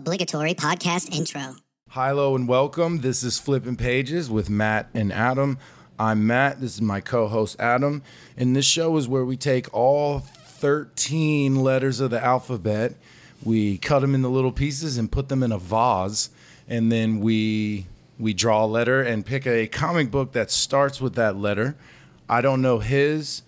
Obligatory podcast intro. Hi, hello, and welcome. This is Flipping Pages with Matt and Adam. I'm Matt. This is my co host, Adam. And this show is where we take all 13 letters of the alphabet, we cut them into little pieces and put them in a vase, and then we. We draw a letter and pick a comic book that starts with that letter. I don't know his.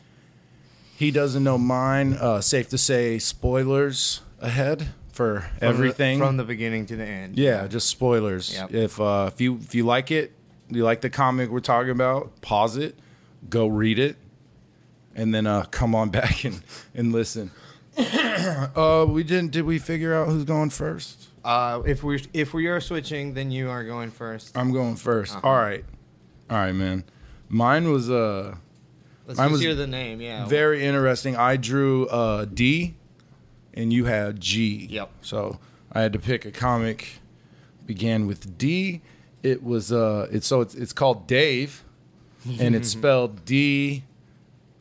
He doesn't know mine. Uh, safe to say, spoilers ahead for everything from the beginning to the end. Yeah, just spoilers. Yep. If uh, if you if you like it, you like the comic we're talking about, pause it, go read it, and then uh, come on back and and listen. uh, we didn't. Did we figure out who's going first? Uh, if we if we are switching, then you are going first. I'm going 1st All right, all right, man. Mine was uh Let's mine just was hear the name. Yeah. very interesting. I drew uh D, and you had G. Yep. So I had to pick a comic. Began with D. It was uh. It's so it's it's called Dave, and it's spelled D,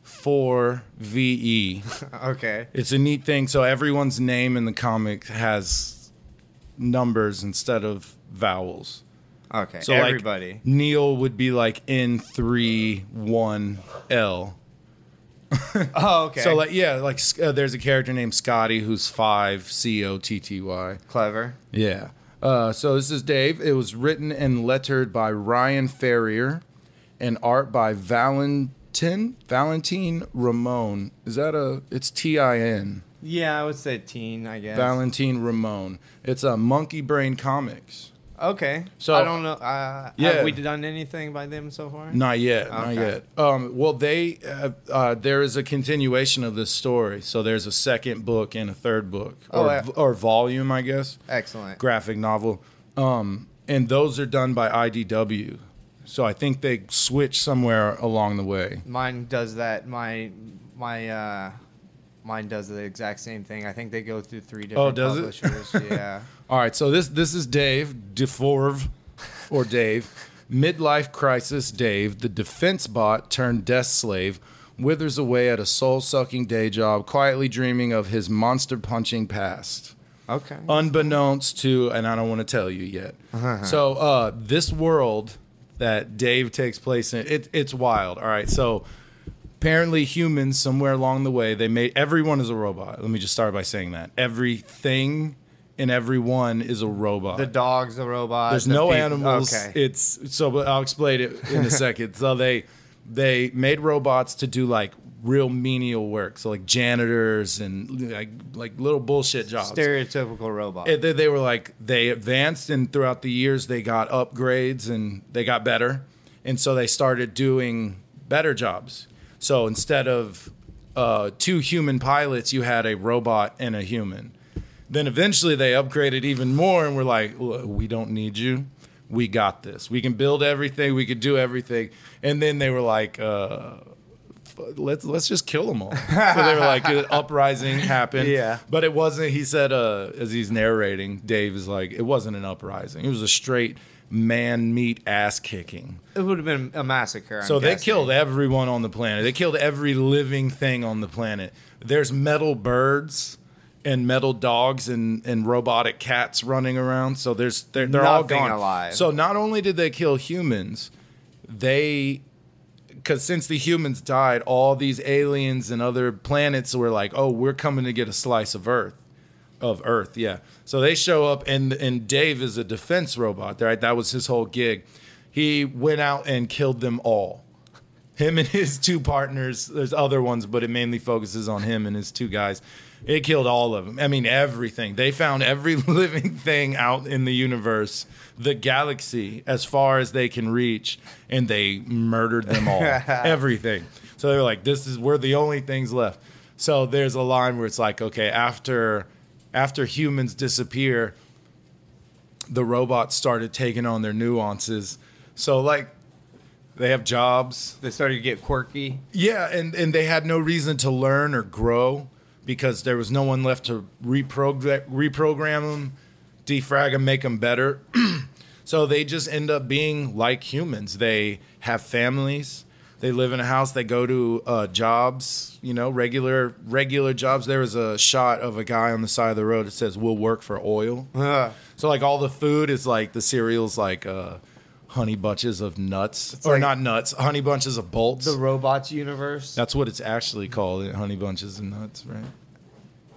four V E. okay. It's a neat thing. So everyone's name in the comic has numbers instead of vowels. Okay. So like, everybody. Neil would be like N three one L. oh, okay. So like yeah, like S- uh, there's a character named Scotty who's five C O T T Y. clever. Yeah. Uh, so this is Dave. It was written and lettered by Ryan Ferrier, and art by Valentin Valentine Ramon. Is that a? It's T I N. Yeah, I would say teen. I guess. Valentine Ramon. It's a Monkey Brain Comics. Okay. So- So I don't know. Uh, Yeah. Have we done anything by them so far? Not yet. Not Okay. yet. Um, well, they uh, uh, there is a continuation of this story. So there's a second book and a third book, Oh, or, I- or volume, I guess. Excellent. graphic novel. Um, and those are done by IDW. So I think they switch somewhere along the way. Mine does that. My my uh, mine does the exact same thing. I think they go through three different Oh, does it? publishers. yeah. All right, so this this is Dave DeForve or Dave, midlife crisis Dave, the defense bot turned desk slave, withers away at a soul-sucking day job, quietly dreaming of his monster punching past. Okay. unbeknownst to, and I don't want to tell you yet. Uh-huh. So uh, this world that Dave takes place in, it, it's wild. All right, so apparently humans somewhere along the way they made everyone is a robot. Let me just start by saying that everything and everyone is a robot. the dog's a robot. There's the no peop- animals. Okay. It's so but I'll explain it in a second. So they they made robots to do like real menial work, so like janitors and like like little bullshit jobs. stereotypical robot. And then they were like they advanced and throughout the years they got upgrades and they got better and so they started doing better jobs so instead of uh, two human pilots you had a robot and a human then eventually they upgraded even more and were like "Look, we don't need you we got this we can build everything we could do everything and then they were like uh, f- let's let's just kill them all so they were like an uprising happened Yeah. but it wasn't. He said, uh, as he's narrating, Dave is like, it wasn't an uprising. It was a straight man meat ass kicking. It would have been a massacre. I'm So they guessing. killed everyone on the planet. They killed every living thing on the planet. There's metal birds and metal dogs and, and robotic cats running around. So there's they're, they're all Nothing gone. alive. So not only did they kill humans, they because since the humans died, all these aliens and other planets were like, "Oh, we're coming to get a slice of Earth." Of Earth, yeah. So they show up, and and Dave is a defense robot, right? That was his whole gig. He went out and killed them all. Him and his two partners. There's other ones, but it mainly focuses on him and his two guys. It killed all of them. I mean, everything. They found every living thing out in the universe, the galaxy, as far as they can reach, and they murdered them all. everything. So they were like, "This is we're the only things left." So there's a line where it's like, "Okay, after after humans disappear, the robots started taking on their nuances." So like, they have jobs. They started to get quirky. Yeah, and, and they had no reason to learn or grow because there was no one left to reprogram, reprogram them, defrag them, make them better. so they just end up being like humans. They have families. They live in a house. They go to uh, jobs, you know, regular regular jobs. There was a shot of a guy on the side of the road that says, "We'll work for oil." Ugh. So like all the food is like the cereals, like uh, honey bunches of nuts, or like- not nuts, honey bunches of bolts. the robots universe. That's what it's actually called, eh, honey bunches of nuts, right?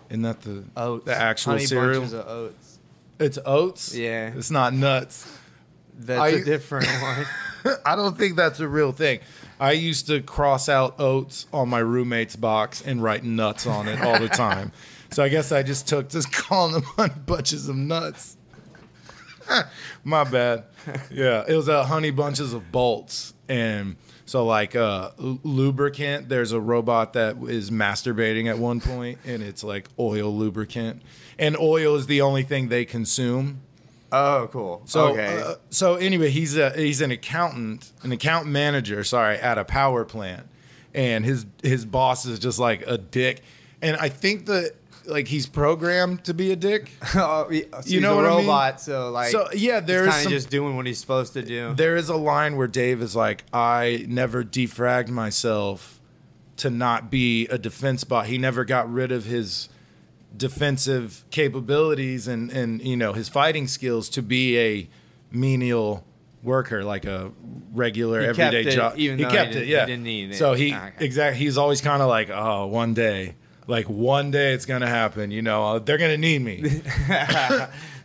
Isn't that the oats. the actual Honey cereal? bunches of oats. it's oats. Yeah. it's not nuts. That's I- a different one. I don't think that's a real thing. I used to cross out oats on my roommate's box and write nuts on it all the time. so I guess I just took just calling them honey bunches of nuts. my bad. Yeah, it was a honey bunches of bolts and so like uh, lu- lubricant. There's a robot that is masturbating at one point, and it's like oil lubricant, and oil is the only thing they consume. Oh, cool. So, okay. uh, so anyway, he's a he's an accountant, an account manager, sorry, at a power plant, and his his boss is just like a dick, and I think that like he's programmed to be a dick. Oh, he- so he's know a what I mean? robot, so like, So, yeah, there is he's kind some- of just doing what he's supposed to do. There is a line where Dave is like, "I never defragged myself to not be a defense bot. He never got rid of his defensive capabilities and and you know his fighting skills to be a menial." Worker like a regular He everyday kept it, job. even though he didn't- he didn't need it. So he Ah, okay. exactly. He's always kind of like, oh, one day, like one day it's gonna happen. You know, uh, they're gonna need me.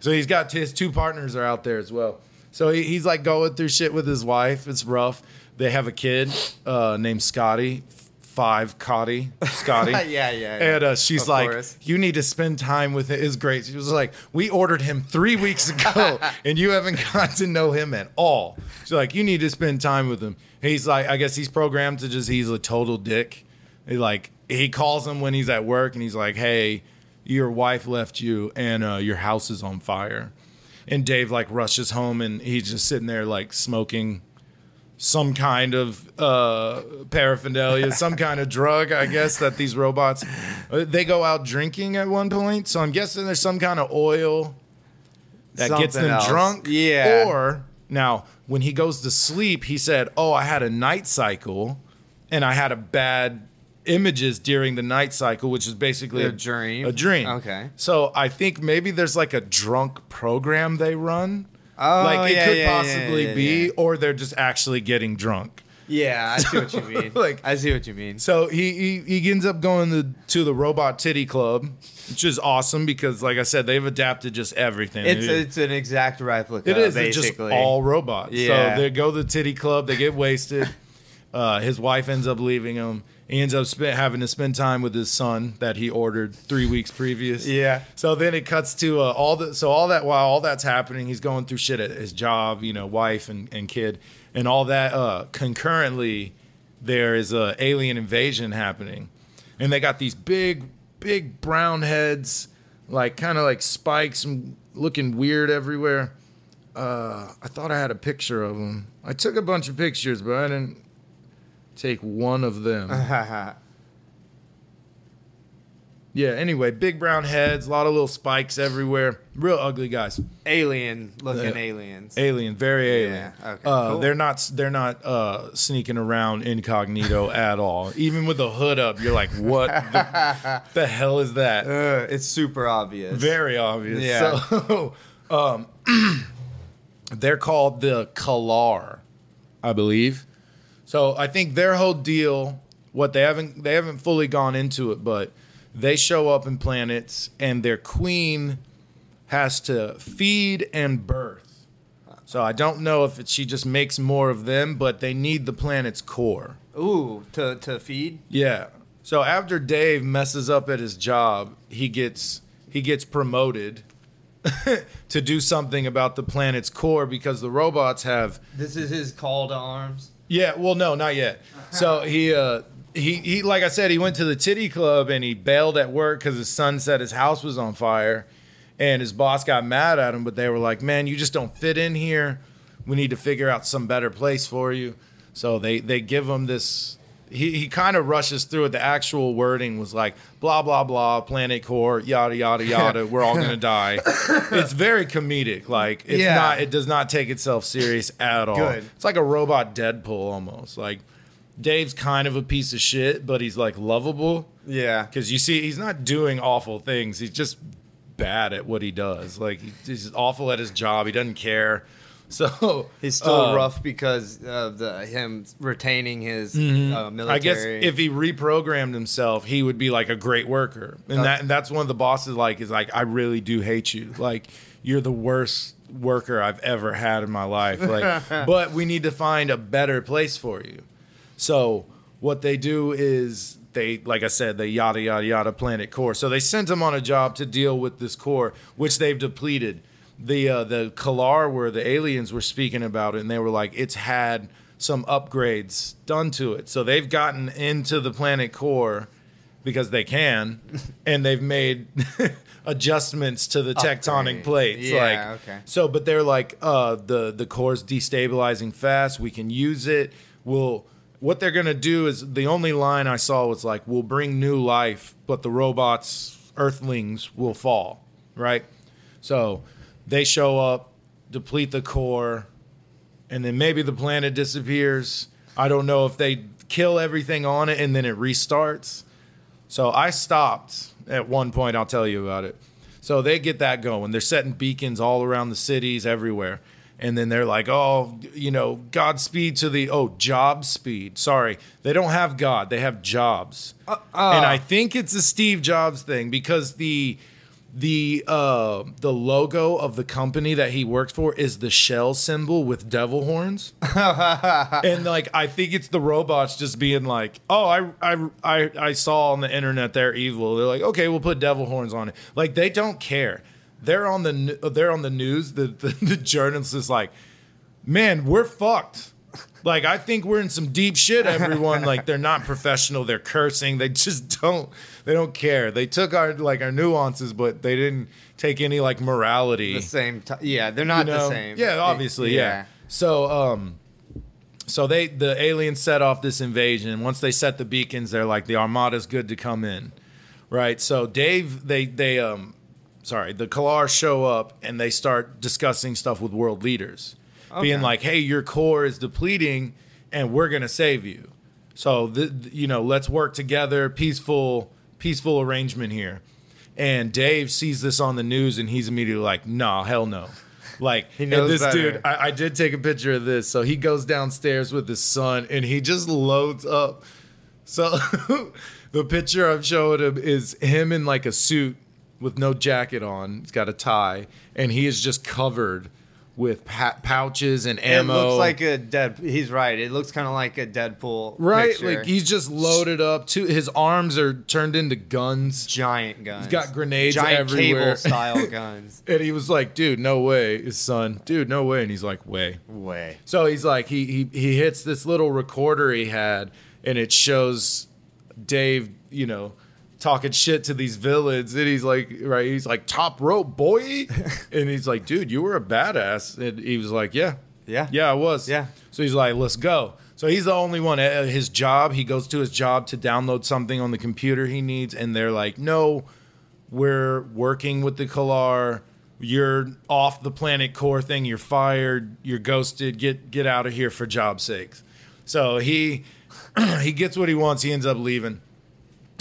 so he's got his two partners are out there as well. So he, he's like going through shit with his wife. It's rough. They have a kid uh, named Scotty, five Cotty, Scotty. yeah, yeah, yeah. And uh, she's Of like, course. "You need to spend time with him." Is great. She was like, "We ordered him three weeks ago, and you haven't got to know him at all." She's like, "You need to spend time with him." He's like, "I guess he's programmed to just—he's a total dick." He like he calls him when he's at work, and he's like, "Hey, your wife left you, and uh, your house is on fire." And Dave like rushes home, and he's just sitting there like smoking some kind of uh, paraphernalia, some kind of drug, I guess, that these robots uh, they go out drinking at one point. So I'm guessing there's some kind of oil that gets Something them else. drunk. Yeah. Or now when he goes to sleep, he said, "Oh, I had a night cycle, and I had a bad." Images during the night cycle, which is basically A dream. A dream. Okay. So I think maybe there's like a drunk program they run. Oh, like it yeah, could yeah, yeah, possibly yeah, be, yeah. or they're just actually getting drunk. yeah, I see what you mean. like- I see what you mean. So he he, he ends up going to, to the Robot Titty Club, which is awesome because, like I said, they've adapted just everything. It's It- it's an exact replica. it is it's basically. just all robots. Yeah. So they go to the Titty Club, they get wasted. Uh, his wife ends up leaving him. He ends up spent, having to spend time with his son that he ordered three weeks previous. Yeah. So then it cuts to uh, all the so all that while all that's happening, he's going through shit at his job, you know, wife and, and kid, and all that. Uh, concurrently, there is a alien invasion happening, and they got these big, big brown heads, like kind of like spikes and looking weird everywhere. Uh, I thought I had a picture of them. I took a bunch of pictures, but I didn't take one of them. Uh-huh. Yeah, anyway, big brown heads, a lot of little spikes everywhere. Real ugly guys. alien looking Yeah. aliens. Alien, very alien. Yeah, okay, uh, cool. They're not they're not uh, sneaking around incognito at all. Even with the hood up, you're like, what the, the hell is that? Uh, it's super obvious. Very obvious. Yeah. So um, they're called the Kalar, I believe. So I think their whole deal, what they haven't they haven't fully gone into it, but they show up in planets and their queen has to feed and birth. So I don't know if it, she just makes more of them, but they need the planet's core. Ooh, to to feed. Yeah. So after Dave messes up at his job, he gets he gets promoted to do something about the planet's core because the robots have This is his call to arms. yeah, well no, not yet. So he uh he, he like I said he went to the titty club and he bailed at work cuz his son said his house was on fire and his boss got mad at him but they were like, "Man, you just don't fit in here. We need to figure out some better place for you." So they they give him this he, he kind of rushes through it. The actual wording was like blah blah blah, planet core, yada yada yada. We're all gonna die. it's very comedic. Like it's Yeah. not it does not take itself serious at all. Good. It's like a robot Deadpool almost. Like Dave's kind of a piece of shit, but he's like lovable Yeah. because you see he's not doing awful things. He's just bad at what he does. Like he's awful at his job. He doesn't care. So He's still uh, rough because of the him retaining his uh, military. Mm-hmm. I guess if he reprogrammed himself, he would be like a great worker. And that and that's one of the bosses like is like I really do hate you. Like you're the worst worker I've ever had in my life. Like but we need to find a better place for you. So what they do is they like I said they yada yada yada planet core. So they sent him on a job to deal with this core which they've depleted. The uh, the Kalar where the aliens were speaking about it and they were like it's had some upgrades done to it. So they've gotten into the planet core because they can and they've made adjustments to the tectonic Upgrade. plates Yeah, like okay. so, but they're like, uh, the the core's destabilizing fast. We can use it. We'll. What they're gonna do is the only line I saw was like, "We'll bring new life, but the robots, Earthlings, will fall." Right. So they show up, deplete the core, and then maybe the planet disappears. I don't know if they kill everything on it and then it restarts. So I stopped at one point. I'll tell you about it. So they get that going. They're setting beacons all around the cities, everywhere. And then they're like, oh, you know, Godspeed to the, oh, job speed. Sorry. They don't have God, they have jobs. and I think it's a Steve Jobs thing because the, the uh the logo of the company that he worked for is the shell symbol with devil horns and like i think it's the robots just being like oh I, I i i saw on the internet they're evil they're like okay we'll put devil horns on it like they don't care they're on the n- they're on the news the the, the journalist is like man we're fucked like i think we're in some deep shit everyone like they're not professional they're cursing they just don't they don't care they took our like our nuances but they didn't take any like morality the same, t- yeah, they're not you the know? same. Yeah, obviously, yeah. So um so they the aliens set off this invasion. Once they set the beacons, they're like the armada's good to come in. Right? So Dave they they um sorry, the Kalar show up and they start discussing stuff with world leaders. Being Okay. like, "Hey, your core is depleting and we're going to save you." So th- th- you know, let's work together, peaceful peaceful arrangement here. And Dave sees this on the news and he's immediately like, "Nah, hell no." Like He knows and this better. dude, I, I did take a picture of this. So he goes downstairs with his son and he just loads up. So the picture I'm showing him is him in like a suit with no jacket on. He's got a tie and he is just covered with pa- pouches and It ammo. looks like a dead. He's right. It looks kind of like a Deadpool. right, picture. like he's just loaded up. To his arms are turned into guns. giant guns. He's got grenades giant everywhere. cable style guns. And he was like, "Dude, no way." His son, "Dude, no way." And he's like, "Way." Way. So he's like he he he hits this little recorder he had, and it shows Dave, you know, talking shit to these villains, and he's like, right, he's like top rope boy, and he's like, dude, you were a badass, and he was like, yeah, Yeah. yeah, I was, Yeah. So he's like, let's go. So he's the only one at his job. He goes to his job to download something on the computer he needs, and they're like, no, we're working with the Kalar. You're off the planet core thing. You're fired. You're ghosted. Get get out of here for job sakes. So he he gets what he wants. He ends up leaving.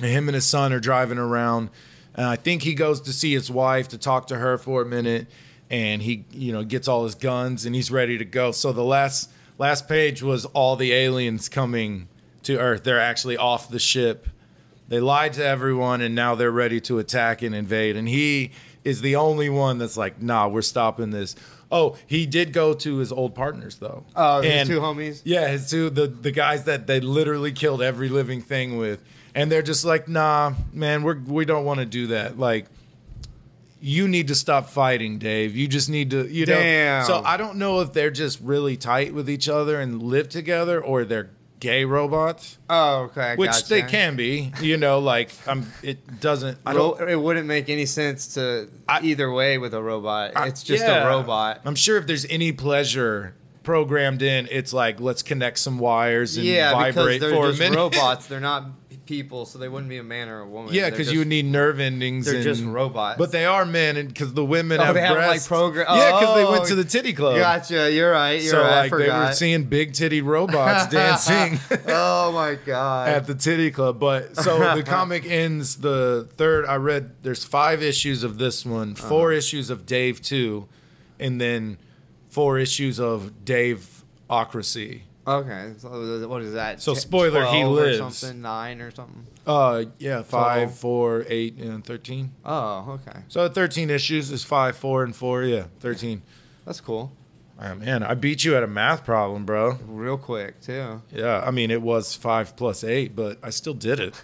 And Him and his son are driving around. And I think he goes to see his wife to talk to her for a minute. And he, you know, gets all his guns and he's ready to go. So the last last page was all the aliens coming to Earth. They're actually off the ship. They lied to everyone and now they're ready to attack and invade. And he is the only one that's like, nah, we're stopping this. Oh, he did go to his old partners though. Oh, his And- two homies? yeah, his two the the guys that they literally killed every living thing with, and they're just like, nah, man, we're we don't want to do that. Like, you need to stop fighting, Dave. You just need to, you know. Damn. So I don't know if they're just really tight with each other and live together, or they're gay robots, Oh, okay. I which they gotcha. can be. You know, like I'm. It doesn't. I Ro- don't. it wouldn't make any sense to I- either way with a robot. I- it's just yeah. a robot. I'm sure if there's any pleasure programmed in, it's like let's connect some wires and yeah, because vibrate they're for just a minute. robots. They're not people, so they wouldn't be a man or a woman. Yeah, They're because just- you would need nerve endings. they're and- just robots. But they are men, and because the women Oh, have they have, like, breasts. progra- yeah, because they went Oh, to the titty club. Gotcha. You're right. You're so right. I like they forgot. were seeing big titty robots dancing oh my god. at the titty club. But so the comic ends the third. I read there's five issues of this one, 4 issues of Dave two, and then four issues of Dave Ocracy. okay. So what is that? So T- spoiler, he 12 or lives. something, nine or something. Uh, yeah, So- five, four, eight, and thirteen. Oh, okay. So thirteen issues is five, four, and four. Yeah, thirteen. That's cool. Oh, man, I beat you at a math problem, bro. Real quick too. Yeah, I mean, it was five plus eight, but I still did it.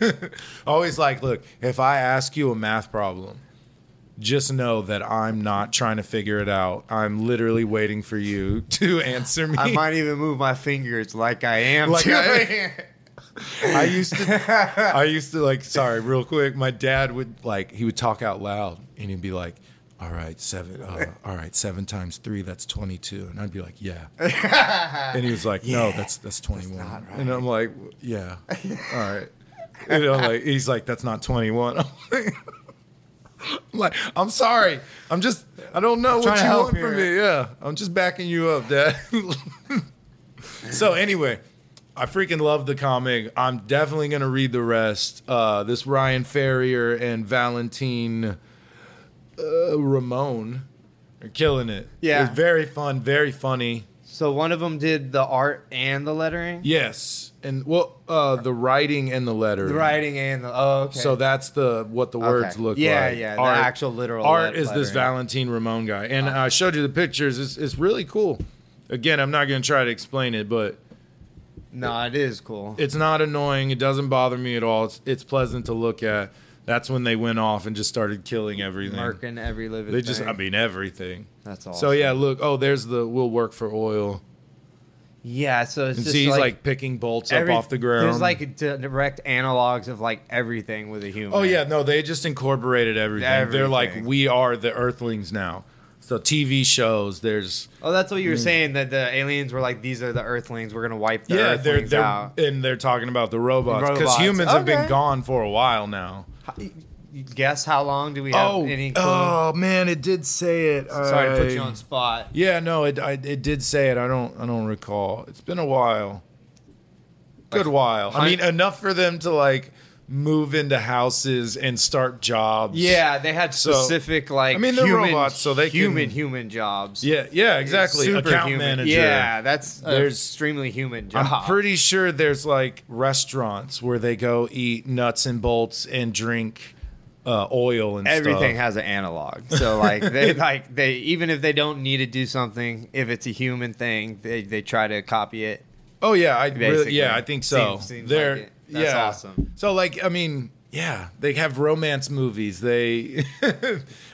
Always like, look, if I ask you a math problem, just know that I'm not trying to figure it out. I'm literally waiting for you to answer me. I might even move my fingers like I am. Like doing. I- I used to, I used to like, sorry, real quick. My dad would like, he would talk out loud and he'd be like, all right, seven, uh, all right, seven times three, that's 22. And I'd be like, yeah. and he was like, no, that's, that's 21. And I'm like, yeah, all right. You know, like, he's like, that's not 21. I'm like, I'm like, I'm sorry. I'm just, I don't know trying what to you help want from here. me. Yeah. I'm just backing you up, dad. So anyway, I freaking love the comic. I'm definitely gonna read the rest. Uh, this Ryan Ferrier and Valentine uh, Ramon are killing it. Yeah. it's very fun, very funny. so one of them did the art and the lettering, Yes, and well, uh, the writing and the letter. the writing and the. Oh, okay. So that's the what the words Okay. look Yeah, like. yeah, the actual literal art le- is this lettering. Oh. Valentine Ramon guy, and I showed you the pictures. It's it's really cool. Again, I'm not gonna try to explain it, but no, it is cool. it's not annoying. It doesn't bother me at all. It's, it's pleasant to look at. That's when they went off and just started killing everything. Merkin every living. They just, thing. I mean, everything. That's awesome. So yeah, look. Oh, there's the we'll work for oil. Yeah, so it's And just see, he's like, like, picking bolts every- up off the ground. There's like di- direct analogs of like everything with a human. oh yeah, no, they just incorporated everything. They're like, Everything. we are the Earthlings now. So TV shows, there's Oh, that's what you were saying that the aliens were like these are the Earthlings. We're gonna wipe the yeah, they're Earthlings they're out. and they're talking about the robots because Robots. humans have been Okay. gone for a while now. Guess how long do we have any? Clue? oh man, it did say it. Sorry to put you I- on spot. Yeah, no, it I, it did say it. I don't I don't recall. It's been a while. Good while. I mean, enough for them to like move into houses and start jobs. Yeah, they had So- specific like I mean, they're human, robots, so they human can- human jobs. Yeah, yeah, exactly. Super Account human. manager. Yeah, that's an There's- extremely human job. I'm pretty sure there's like restaurants where they go eat nuts and bolts and drink uh, oil and everything stuff. has an analog. So like they like they even if they don't need to do something, if it's a human thing, they, they try to copy it. Oh yeah, I really, Basically. yeah, I think so. Seems- seems They're like it. That's yeah. awesome. So like, I mean, yeah, they have romance movies. They,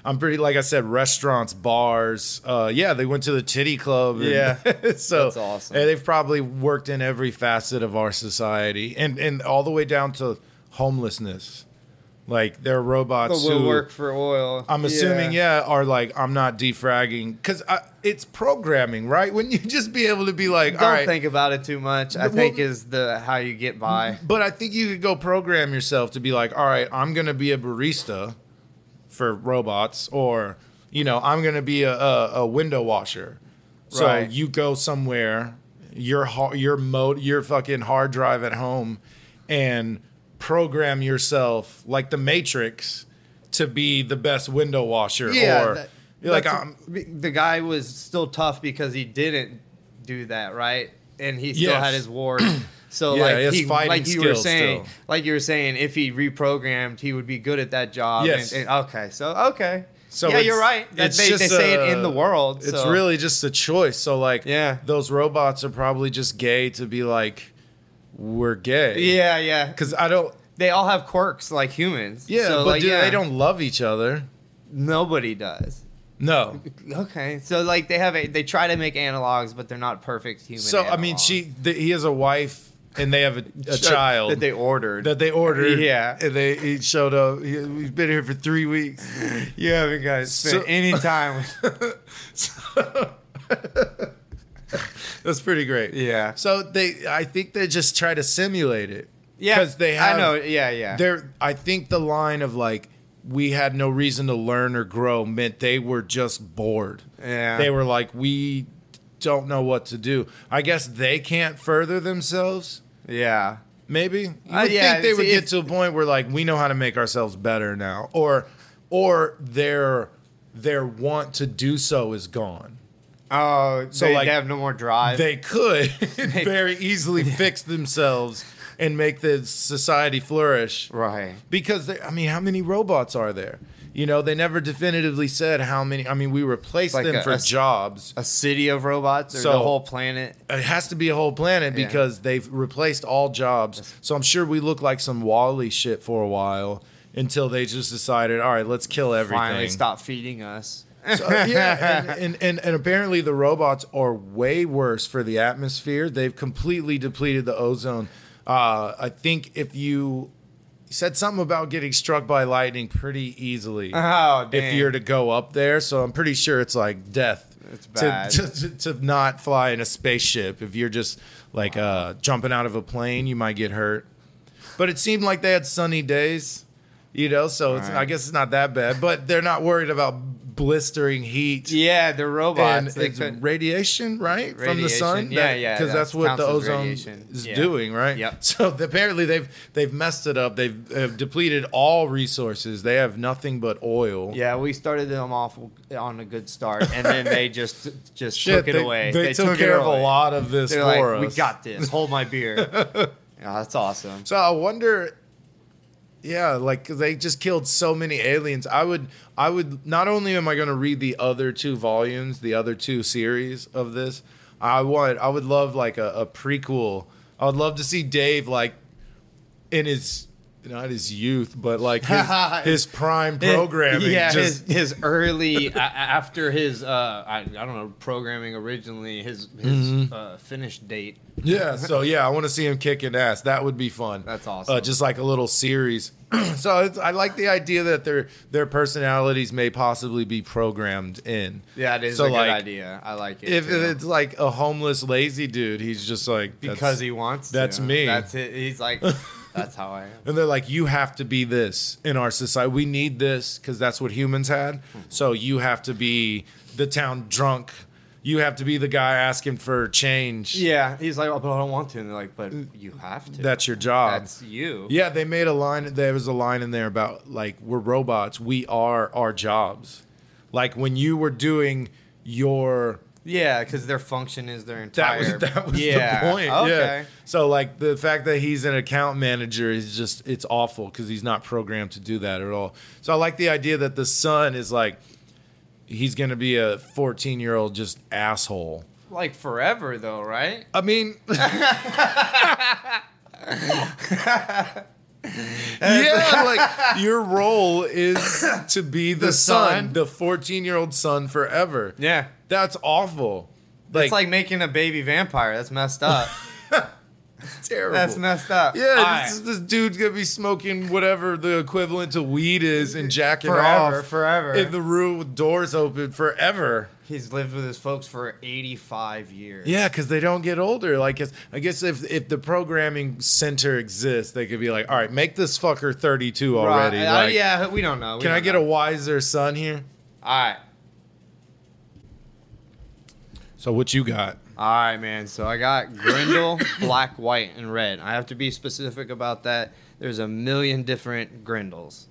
I'm pretty like I said, restaurants, bars. Uh, yeah, they went to the titty club. and- Yeah. so That's awesome. And they've probably worked in every facet of our society, and and all the way down to homelessness. Like they're robots But will who work for oil. I'm assuming, yeah. are like I'm not defragging because it's programming, right? Wouldn't you just be able to be like, Don't all right, think about it too much. I Well- Mm-hmm. think is the how you get by. But I think you could go program yourself to be like, all right, I'm gonna be a barista for robots, or you know, I'm gonna be a, a, a window washer. So Right. you go somewhere, your har- your mode, your fucking hard drive at home, and program yourself like the Matrix to be the best window washer. or that- you're like, um, that's- I'm, the guy was still tough because he didn't do that right, and he still Yes. had his ward. So Yeah, he like has he, fighting like you were skills saying, still. like you were saying, if he reprogrammed, he would be good at that job. Yes. And, and- okay, so okay, So so yeah, it's- you're right. That it's they, they just say it a- in the world. It's so- really just a choice. So like, Yeah. those robots are probably just gay to be like, we're gay. yeah, yeah. because I don't. They all have quirks like humans. Yeah, so, but like, do- yeah, they don't love each other. Nobody does. No. Okay, so like they have a, they try to make analogs, but they're not perfect human. So I mean, analogs. she th- he has a wife and they have a, a child that they ordered. that they ordered. Yeah. and they he showed up. He, he's been here for three weeks. you haven't guys spent any time. That's pretty great. Yeah. So they, I think they just try to simulate it. Yeah, 'Cause they have- I know. Yeah, yeah. There, I think the line of like we had no reason to learn or grow meant they were just bored. Yeah. They were like, we don't know what to do. I guess they can't further themselves. Yeah. Maybe you would Uh, yeah, think they would see, get if- to a point where like we know how to make ourselves better now, or or their their want to do so is gone. Oh, So, so they like, have no more drive. They could very easily fix themselves and make the society flourish. right. because they, I mean, how many robots are there? You know, they never definitively said how many. I mean, we replaced Like them a- for a s- jobs. A city of robots or So- the whole planet. It has to be a whole planet Yeah. because they've replaced all jobs. So I'm sure we look like some Wally shit for a while until they just decided, all right, let's kill everything. Finally, stop feeding us. So, uh, yeah, and, and, and, and apparently the robots are way worse for the atmosphere. They've completely depleted the ozone. Uh, I think if you you said something about getting struck by lightning pretty easily. Oh, damn. if you're to go up there. So I'm pretty sure it's like death. It's to- bad. To, to, to not fly in a spaceship. If you're just like uh, jumping out of a plane, you might get hurt. But it seemed like they had sunny days, you know. So it's, Right. I guess it's not that bad. But they're not worried about blistering heat. yeah, the And robots. they it's couldn't- radiation, right? From the sun? Radiation, yeah, yeah, Because that that's what the counts as ozone radiation. is Yeah. doing, right? Yep. So apparently they've they've messed it up. They've, uh depleted all resources. They have nothing but oil. yeah, we started them off on a good start, and then they just just took it they, away. They, took, it care of away. a lot of this They're like, for we us. got this. Hold my beer. Yeah, that's awesome. So I wonder. Yeah, like 'cause they just killed so many aliens. I would, I would. Not only am I going to read the other two volumes, the other two series of this, I want. I would love like a, a prequel. I would love to see Dave like in his not his youth, but like his, his prime programming. Yeah, just, his, his early a- a- after his uh, I, I don't know programming originally his his uh, finish date. Yeah, so yeah, I want to see him kicking ass. That would be fun. That's awesome. Uh, just like a little series. so it's, I like the idea that their their personalities may possibly be programmed in. Yeah, it is So, a like, good idea. I like it If too. it's like a homeless lazy dude, he's just like that's- because he wants. that's to. me. That's it. He's like, that's how I am. and they're like, you have to be this in our society. We need this because that's what humans had. Hmm. So you have to be the town drunk. You have to be the guy asking for change. Yeah, he's like, oh, but I don't want to. And they're like, but you have to. That's your job. Mm. That's you. Yeah, they made a line. There was a line in there about like we're robots. We are our jobs. Like when you were doing your Yeah, because their function is their that entire. was that was the yeah. point. Yeah. Okay. So like the fact that he's an account manager is just it's awful because he's not programmed to do that at all. So I like the idea that the son is like he's gonna be a fourteen year old just asshole. Like forever though, right? I mean, yeah, like your role is to be the, The son, son. the 14 year old son forever. Yeah. That's awful. That's like making a baby vampire. That's messed up. terrible. That's messed up. yeah, All right. this, this dude's gonna be smoking whatever the equivalent to weed is and jacking forever, off forever. in the room with doors open forever. He's lived with his folks for 85 years. Yeah, because they don't get older. Like, it's, I guess if if the programming center exists, they could be like, all right, make this fucker 32 Right. already. Uh, Like, yeah, we don't know. Can I get a wiser son here? a? All right. So what you got? All right, man. So I got Grendel, black, white, and red. I have to be specific about that. There's a million different Grendels.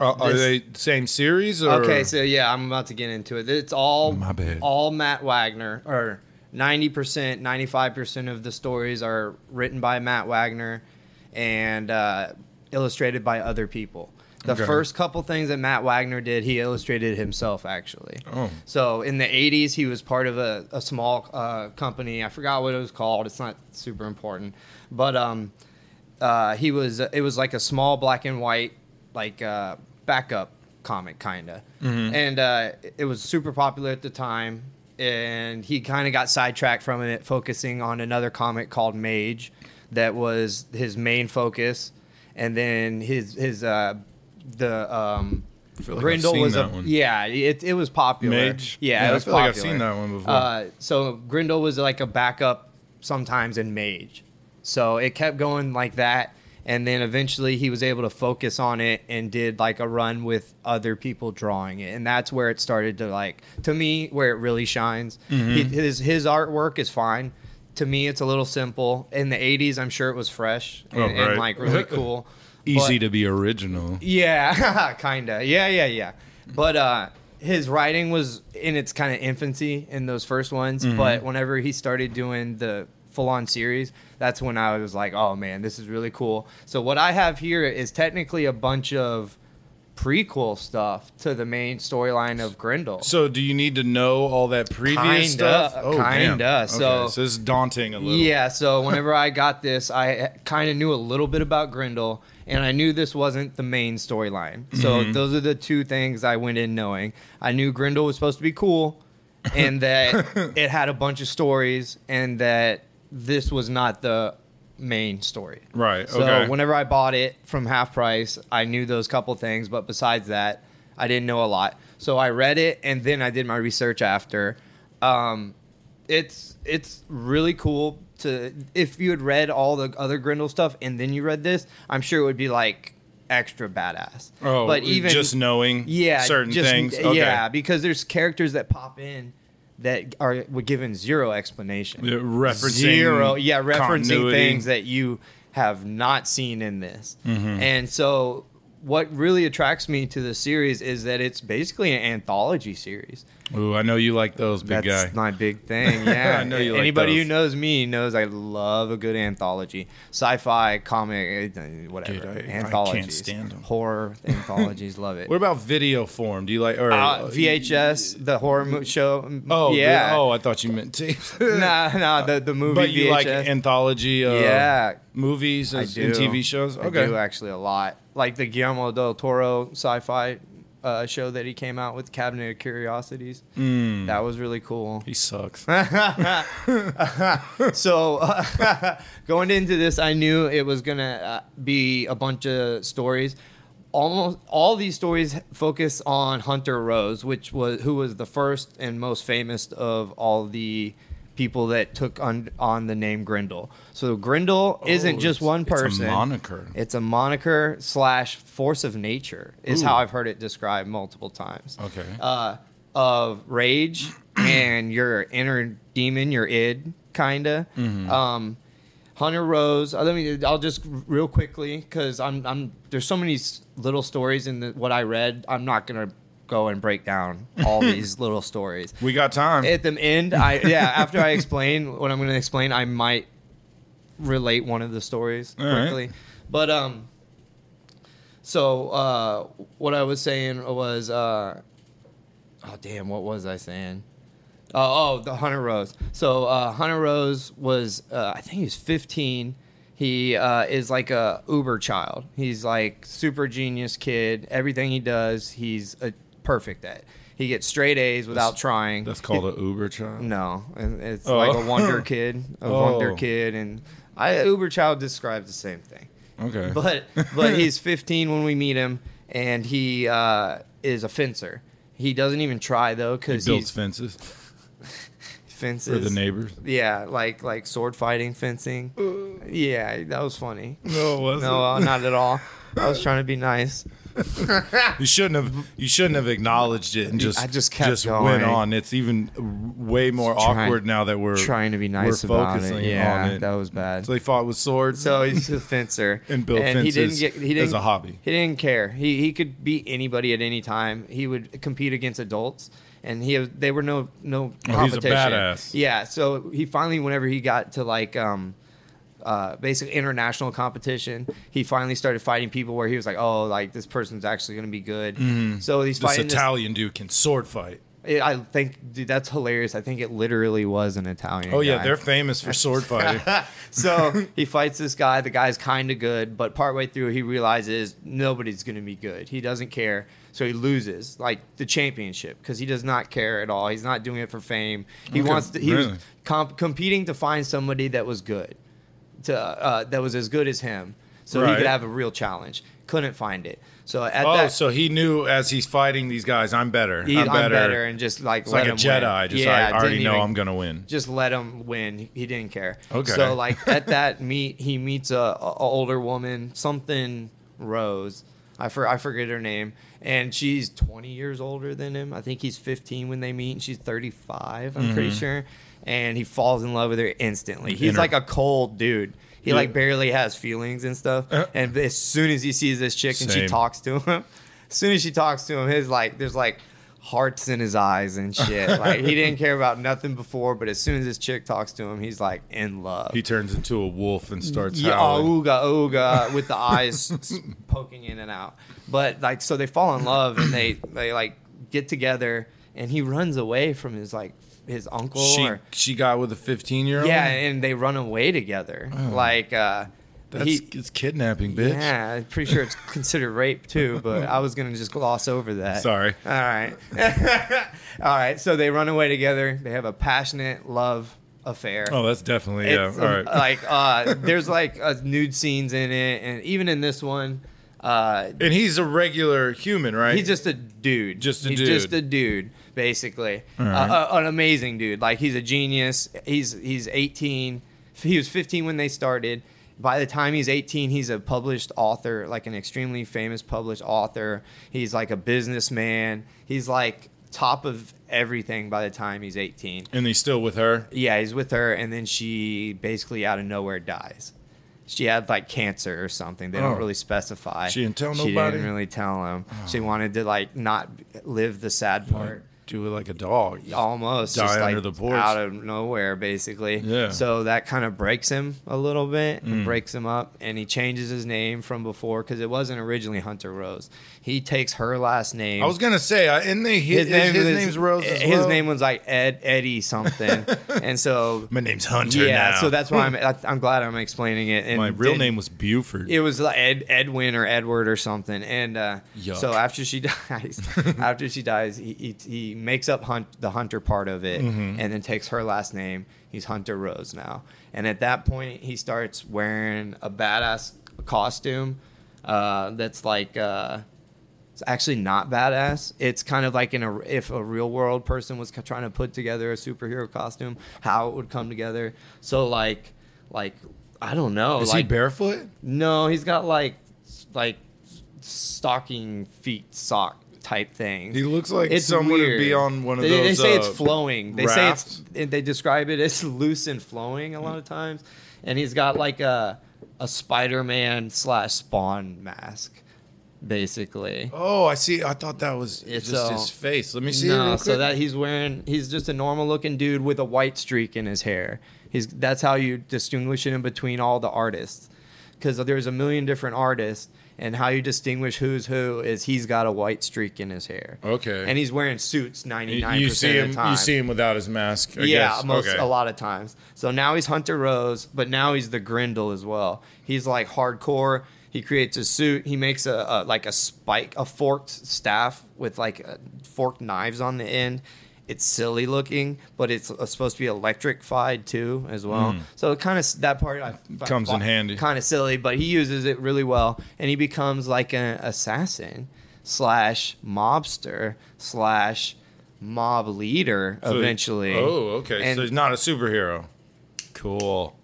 Are, Uh, are This- they same series or Okay, so yeah, I'm about to get into it. It's all My bad. all Matt Wagner or 90%, 95% of the stories are written by Matt Wagner and uh, illustrated by other people. The Okay. first couple things that Matt Wagner did, he illustrated himself actually. Oh. So in the 80s, he was part of a, a small uh, company. I forgot what it was called. It's not super important. But um, uh, he was it was like a small black and white like uh, backup comic kinda, Mm-hmm. and uh, it was super popular at the time. And he kind of got sidetracked from it, focusing on another comic called Mage, that was his main focus. And then his his uh, the um, feel like I've Grindel seen was a that one. yeah it, it was popular. Mage? yeah, Yeah, it I was feel like I've popular. seen that one before. Uh, so Grindel was like a backup sometimes in Mage. So it kept going like that. and then eventually he was able to focus on it and did like a run with other people drawing it and that's where it started to like to me where it really shines Mm-hmm. He- his his artwork is fine to me it's a little simple in the 80s i'm sure it was fresh and, Oh, and right. like really cool Easy But- to be original. yeah, kinda. Yeah, yeah, yeah. But uh, his writing was in its kind of infancy in those first ones. But whenever he started doing the full-on series, that's when I was like, "Oh man, this is really cool." So what I have here is technically a bunch of prequel stuff to the main storyline of Grendel. So, do you need to know all that previous Kinda, stuff? Oh, damn. kinda. So- okay, so this is daunting a little. Yeah, so whenever I got this, I kind of knew a little bit about Grendel, and I knew this wasn't the main storyline. So Mm-hmm. those are the two things I went in knowing. I knew Grendel was supposed to be cool, and that it had a bunch of stories, and that this was not the main story. Right, So okay. whenever I bought it from half price, I knew those couple things, but besides that, I didn't know a lot. So I read it and then I did my research after. Um, it's it's really cool to if you had read all the other Grindel stuff and then you read this, I'm sure it would be like extra badass. Oh, but even just knowing yeah certain just- things. Okay. yeah because there's characters that pop in that are were given zero explanation Yeah, referencing zero yeah referencing continuity. things that you have not seen in this Mm-hmm. and so what really attracts me to the series is that it's basically an anthology series Ooh, I know you like those big that's guy. my big thing. Yeah, I know you like anybody those. who knows me knows I love a good anthology, sci-fi, comic, eh, whatever. Dude, I- I can't anthologies, stand 'em. horror anthologies. love it. what about video form? Do you like or Uh, VHS, the horror mo- show. m- Oh yeah. yeah. Oh, I thought you meant tape. nah, nah, the the movie. but you like VHS. anthology of Yeah. movies I as, do. and TV shows. I Okay. do actually a lot. Like the Guillermo del Toro sci-fi uh, show that he came out with, Cabinet of Curiosities. Hmm. That was really cool. he sucks. so going into this i knew it was going to uh, be a bunch of stories almost all these stories focus on hunter rose which was who was the first and most famous of all the people that took on, on the name grindel so grindel isn't Oh, just it's- one it's a person moniker. it's a moniker slash force of nature is Ooh. how i've heard it described multiple times Okay. uh, of rage and your inner demon, your id, kinda. Um, Hunter Rose. I mean, I'll just real quickly because I'm I'm there's so many s- little stories in the, what I read. I'm not gonna go and break down all these little stories. we got time. At the end, I yeah. After I explain what I'm gonna explain, I might relate one of the stories All right. quickly. But um, so uh, what I was saying was uh, oh damn, what was I saying? Oh, oh, the Hunter Rose. So uh, Hunter Rose was, uh, I think he was 15. He uh, is like a Uber child. He's like super genius kid. Everything he does, he's uh perfect at. He gets straight A's without trying. That's called an Uber child. No, and it's Oh. like a wonder kid, a wonder Oh. kid, and I Uber child describes the same thing. Okay. But but he's 15 when we meet him, and he uh, is a fencer. He doesn't even try though because he builds he's fences fences. for the neighbors. Yeah, like like sword fighting, fencing. Yeah, that was funny. No, was No, uh, not at all. I was trying to be nice. You shouldn't have. You shouldn't have acknowledged it and just. I just kept going. went on. It's even way more Trying- awkward now that we're trying to be nice We're about focusing it. Yeah, on it. that was bad. so they fought with swords. So he's a fencer. And built fences as a hobby. He didn't care. He he could beat anybody at any time. He would compete against adults, and he they were no no Oh, he's a competition. badass. Yeah. So he finally, whenever he got to like um, uh, basically international competition, he finally started fighting people where he was like, oh, like this person's actually gonna be good. So he's Mm-hmm. this fighting this Italian dude can sword fight. it- I think, dude, that's hilarious. I think it literally was an Italian. Oh yeah, guy. they're famous for sword fighting. so he fights this guy. The guy's kind of good, but partway through, he realizes nobody's going to be good. He doesn't care. So he loses, like the championship, because he does not care at all. He's not doing it for fame. He Okay, wants to, he really? was comp- competing to find somebody that was good, to uh, that was as good as him. so he Right. could have a real challenge. Couldn't find it. So at Oh, that, so he knew as he's fighting these guys, I'm better. he, I'm better. and just like It's let like a him Jedi. Win. Just yeah, I already didn't know even- I'm gonna win. Just let him win. He didn't care. Okay. So like at that meet, he meets a, a a older woman, something Rose. I for, I forget her name, and she's 20 years older than him. I think he's 15 when they meet, and she's 35. I'm pretty Mm-hmm. sure. And he falls in love with her instantly. He's Inter- like a cold dude. He Yeah. like barely has feelings and stuff. Uh. And as soon as he sees this chick and she Same. talks talks to him. As soon as she talks to him, his like there's like hearts in his eyes and shit. Like he didn't care about nothing before, but as soon as this chick talks to him, he's like in love. He turns into a wolf and starts Yeah, howling. ooga ooga with the eyes s- poking in and out. But like so they fall in love and they they like get together and he runs away from his like his uncle She or she got with a 15 year old. yeah, and they run away together. Like uh Oh. that's he- it's kidnapping, bitch. yeah, I'm pretty sure it's considered rape too, but I was gonna just gloss over that. Sorry. All right. All right. So they run away together. They have a passionate love affair. Oh, that's definitely yeah. It's, All right. um, Like uh, there's like uh, nude scenes in it, and even in this one, uh, and he's a regular human, right? he's just a dude. Just a he's dude. Just a dude, basically. right. Uh, a- an amazing dude. Like he's a genius. He's he's 18. He was 15 when they started. By the time he's 18, he's a published author, like an extremely famous published author. He's like a businessman. He's like top of everything by the time he's 18 and he's still with her. yeah, he's with her, and then she basically out of nowhere dies. She had like cancer or something. They Oh. don't really specify. She didn't tell She nobody? Oh. didn't really tell him. She wanted to like not live the sad part. Do it like a dog. Almost Die just, like, under the porch. out of nowhere, basically. Yeah. Mm. So that kind of breaks him a little bit and breaks him up, and he changes his name from before because it wasn't originally Hunter Rose. He takes her last name I was gonna say, uh, and they his, his, was- name's Rose. as His well? name was like Ed Eddie something, and so My name's Hunter. yeah, now. Hmm. so that's why I'm I- I'm glad I'm explaining it. And my real didn't- name was Buford. It was like Ed Edwin or Edward or something, and uh, Yuck. so after she dies, after she dies, he, he, he makes up hunt, the Hunter part of it, Mm-hmm. and then takes her last name. He's Hunter Rose now, and at that point, he starts wearing a badass costume uh, that's like. Uh, it's actually not badass. It's kind of like in a if a real world person was ca- trying to put together a superhero costume, how it would come together. So like, like I don't know. Is like, he barefoot? no, he's got like like stocking feet sock type things. He looks like someone would be weird. on one of they, They those, say it's uh, flowing. They rafts. say it's they describe it as loose and flowing a lot of times. And he's got like a a Spider Man slash Spawn mask, basically. Oh, I see. I thought that was It's just a- his face. Let me see. it No, real so quick. that he's wearing he's just a normal looking dude with a white streak in his hair. He's that's how you distinguish him between all the artists. Cuz there's a million different artists and how you distinguish who's who is he's got a white streak in his hair. Okay. And he's wearing suits 99% you see of him. the time. You see him without his mask. I yeah, guess. most Okay. a lot of times. So now he's Hunter Rose, but now he's the Grindle as well. He's like hardcore. He creates a suit. He makes a, a like a spike, a forked staff with like uh, forked knives on the end. It's silly looking, but it's uh, supposed to be electrified too, as well. So it kind of that part I, I Hmm. Comes in handy. Kind of silly, but he uses it really well, and he becomes like an assassin slash mobster slash mob leader So- eventually. Oh, okay. And so he's not a superhero. Cool.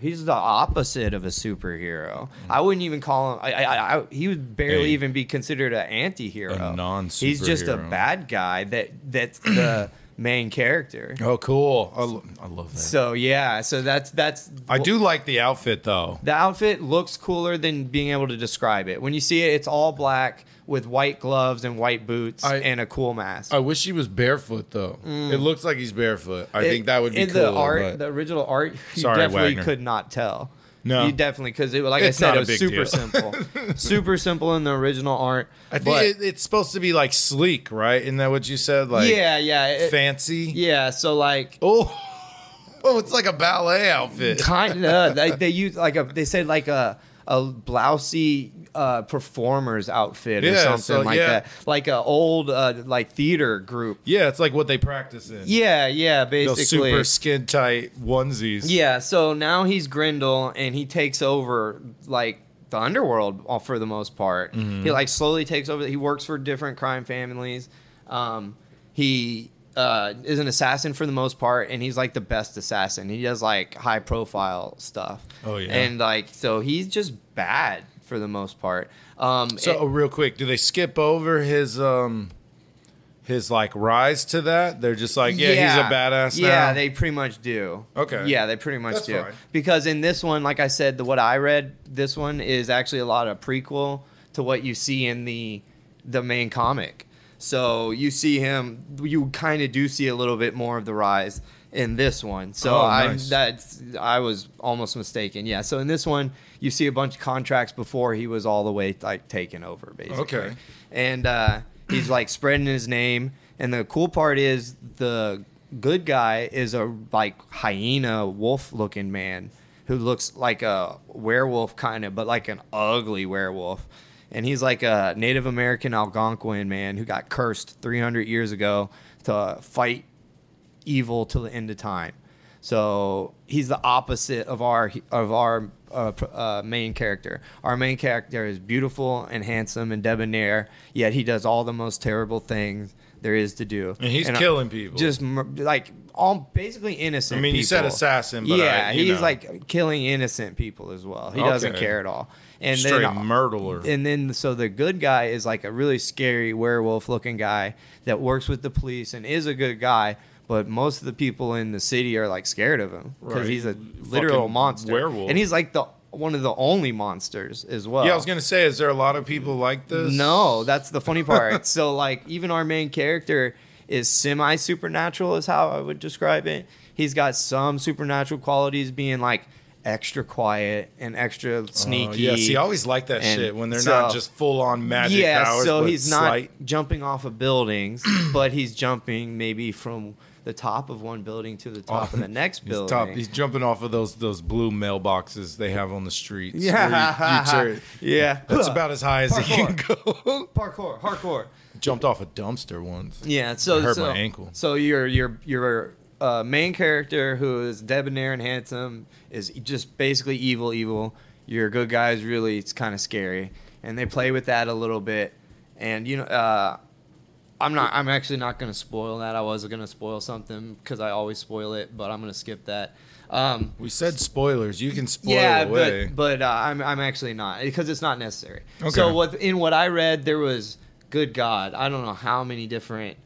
he's the opposite of a Mm. superhero. I wouldn't even call him. I, I, I, he would barely Hey. even be considered an anti-hero. A non-superhero. He's just a bad guy that that's the main character. Oh, cool. I, lo- I love that. So yeah, so that's that's. I do like the outfit though. The outfit looks cooler than being able to describe it. When you see it, it's all black with white gloves and white boots I- and a cool mask. I wish he was barefoot though. It looks like he's barefoot. I think that would be Mm. in cool. the art, but- the original art. You Sorry, definitely Wagner. could not tell. No. you definitely because it, like It's I said, not a it was big super deal. simple, super simple in the original art. I think but- it, it's supposed to be like sleek, right? Isn't that what you said? Like yeah, yeah, it- fancy. yeah. So like. Oh, oh, it's like a ballet outfit. kind of they, they use like a they said like a a blousy uh, performer's outfit or Yeah, something so, like yeah. that like a old uh, like theater group Yeah, it's like what they practice in. yeah yeah Those basically super skin tight onesies. yeah so now he's grindel and he takes over like the underworld all- for the most part. Mm-hmm. He like slowly takes over. He works for different crime families. Um, he uh, is an assassin for the most part, and he's like the best assassin. He does like high profile stuff. Oh, yeah. and like so he's just bad for the most part. Um, So it- oh, real quick, do they skip over his um his like rise to that? They're just like, yeah, he's a badass Yeah, now. they pretty much do. Okay. Yeah, they pretty much That's do. fine. Because in this one, like I said, the what I read, this one is actually a lot of prequel to what you see in the the main comic. So you see him, you kind of do see a little bit more of the rise in this one. So Oh, I nice. that's I was almost mistaken. Yeah. So in this one, you see a bunch of contracts before he was all the way like taken over, basically Okay. and uh, he's like spreading his name. And the cool part is the good guy is a like hyena wolf looking man who looks like a werewolf kind of, but like an ugly werewolf. And he's like a Native American Algonquin man who got cursed 300 years ago to fight evil till the end of time. So he's the opposite of our of our uh, pr- uh, main character. Our main character is beautiful and handsome and debonair, yet he does all the most terrible things there is to do. And he's uh, killing people. just mur- like all basically innocent. I mean, you said people. assassin, but I- yeah, you he's know. like killing innocent people as well. He doesn't Okay. care at all. And Straight then uh, murderer. and then so the good guy is like a really scary werewolf looking guy that works with the police and is a good guy but most of the people in the city are like scared of him because Right. he's a literal Fucking monster werewolf. and he's like the one of the only monsters as well yeah, I was gonna say, is there a lot of people like this? no, that's the funny part. so like even our main character is semi supernatural is how I would describe it. He's got some supernatural qualities being like extra quiet and extra Oh, sneaky. yeah, see, I always like that and shit when they're so- not just full on magic yeah, powers. so but he's not slight. jumping off of buildings, but he's jumping maybe from the top of one building to the top of the next He's, building. top, he's jumping off of those those blue mailboxes they have on the streets. where yeah, you- you turn- yeah. that's about as high as he can go. parkour, parkour. Jumped off a dumpster once. Yeah, so I hurt so, my ankle. So your your your uh, main character, who is debonair and handsome, is just basically evil, evil. Your good guy is really it's kind of scary, and they play with that a little bit. And you know, uh, I'm not. I'm actually not going to spoil that. I was going to spoil something because I always spoil it, but I'm going to skip that. Um, We said spoilers. You can spoil yeah, away. but but uh, I'm I'm actually not because it's not necessary. So Okay. what in what I read there was good God, I don't know how many different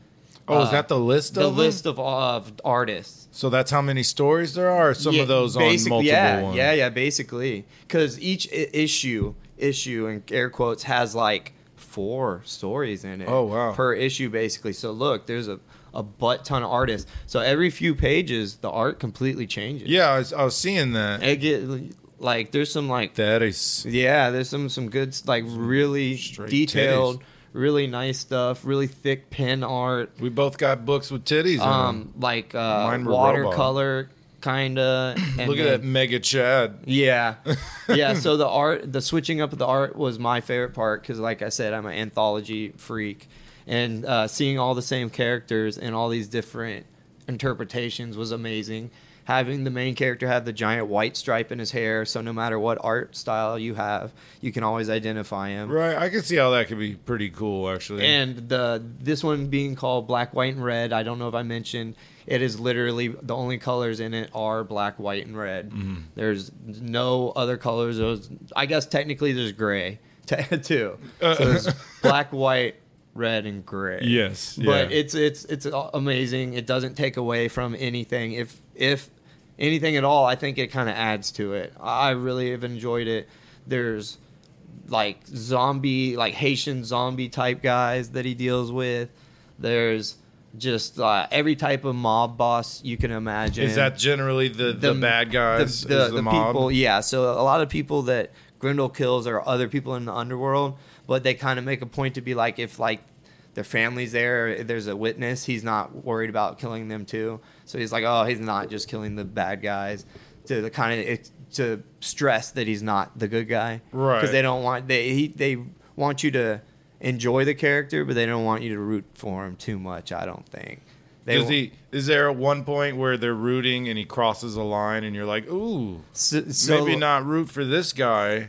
oh, is uh, that the list? the of them? list of, of artists. So that's how many stories there are. or Some Yeah, of those on basic- multiple yeah, ones. Yeah, yeah, basically, because each I- issue, issue in air quotes, has like four stories in it. Oh, wow. Per issue, basically. So look, there's a a butt ton of artists. So every few pages, the art completely changes. Yeah, I was, I was seeing that. It get, like there's some like That is yeah, there's some some good like really straight detailed, titties. really nice stuff, really thick pen art. we both got books with titties. on them. um like uh Mine were watercolor kinda and Look at then- that mega Chad. yeah yeah so the art the switching up of the art was my favorite part because like i said i'm an anthology freak and uh, seeing all the same characters and all these different interpretations was amazing having the main character have the giant white stripe in his hair so no matter what art style you have you can always identify him Right, I can see how that could be pretty cool, actually. and the this one being called black, white, and red. I don't know if I mentioned it is literally the only colors in it are black, white, and red. Mm-hmm. There's no other colors. There's, I guess technically there's gray t- too. So there's black, white, red, and gray. Yes, but Uh, yeah. it's it's it's a- amazing. It doesn't take away from anything. If if anything at all, I think it kind of adds to it. I really have enjoyed it. There's like zombie, like Haitian zombie type guys that he deals with. There's just uh, every type of mob boss you can imagine. is that generally the, the, bad guys? The, The, the- is the, the mob? people, yeah. So a lot of people that Grindel kills are other people in the underworld, but they kind of make a point to be like, if like their family's there, if there's a witness, he's not worried about killing them too. So he's like, oh, he's not just killing the bad guys. To the kind of to stress that he's not the good guy, Right. Because they don't want they he, they want you to enjoy the character, but they don't want you to root for him too much. I don't think. They Does wa- he, is there at one point where they're rooting and he crosses a line and you're like, ooh, so, so- maybe not root for this guy?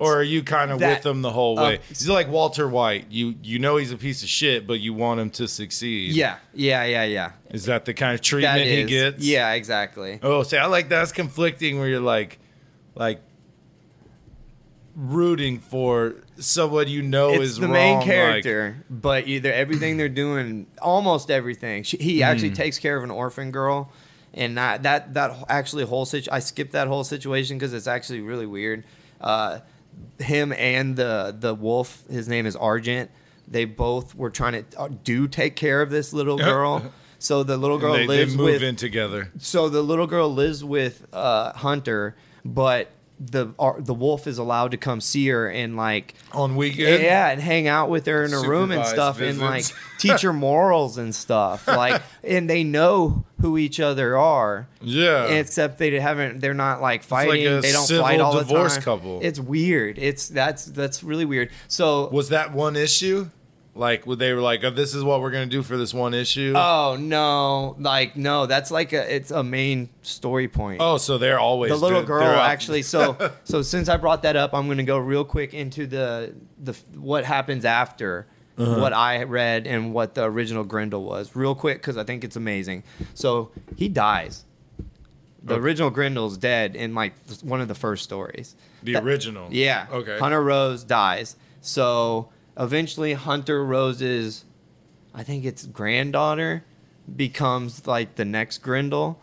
Or are you kind of with That- him the whole way? um, he's like Walter White. You you know he's a piece of shit, but you want him to succeed. Yeah, yeah, yeah, yeah. Is that the kind of That treatment is, he gets? yeah, exactly. Oh, see, I like that's conflicting where you're like, like rooting for someone you know It's Oh, is the wrong, main like- character, but either everything they're doing, almost everything. She, Hmm. he actually takes care of an orphan girl, and that that that wh- actually whole situation. I skipped that whole situation because it's actually really weird. Uh, him and the the wolf, his name is Argent. They both were trying to uh, do take care of this little girl. So the little girl they, they lives move with in together. so the little girl lives with uh, Hunter, but the ar the wolf is allowed to come see her and like On weekend? yeah, and hang out with her in her room and Supervised stuff, and like visits. teach her morals and stuff. Like, and they know who each other are. Yeah. Except they haven't. They're not like like fighting. a they don't civil fight all the divorce time. couple. It's weird. It's that's that's really weird. So Was that one issue? Like, would they were like, oh, this is what we're going to do for this one issue? oh no, like no, that's like a it's a main story point. oh, so they're always the little do- girl they're out- actually so so since i brought that up i'm going to go real quick into the the what happens after Uh-huh. what i read and what the original grendel was real quick because i think it's amazing so he dies the original grendel's dead in like th- one of the first stories The That- original. yeah Okay. hunter rose dies so eventually hunter rose's I think it's granddaughter becomes like the next Grindel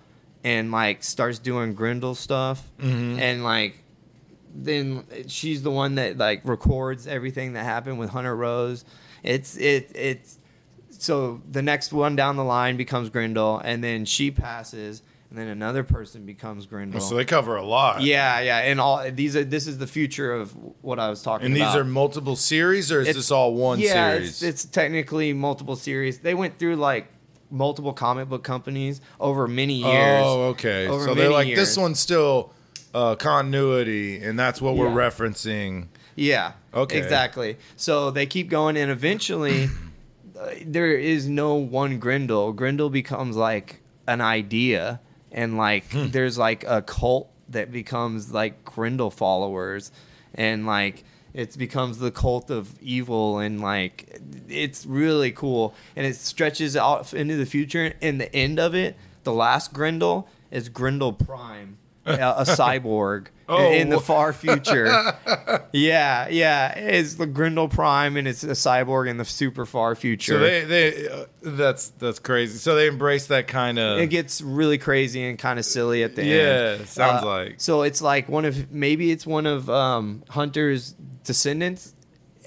and like starts doing Grindel stuff and like then she's the one that like records everything that happened with Hunter Rose. It's it it's so the next one down the line becomes Grindel and then she passes and then another person becomes Grindel. So they cover a lot. yeah, yeah, and all these are this is the future of what I was talking And these about are multiple series, or is this all one yeah, series? It's, it's technically multiple series. They went through like multiple comic book companies over many years. Oh, okay. Over so they're many like, this years. one's still uh, continuity, and that's what we're Yeah. referencing. Yeah. Okay. Exactly. So they keep going, and eventually, uh, there is no one Grendel. Grendel becomes like an idea, and like Hmm. there's like a cult that becomes like Grendel followers, and like it becomes the cult of evil, and like it's really cool, and it stretches out into the future. And the end of it, the last Grendel is Grendel Prime, a, a cyborg. Oh. In the far future, yeah, yeah. It's the Grindel Prime and it's a cyborg in the super far future. So they, they uh, that's that's crazy. So they embrace that kind it of. gets really crazy and kind of silly at the end. Yeah, sounds Uh, like. So it's like one of maybe it's one of um, Hunter's descendants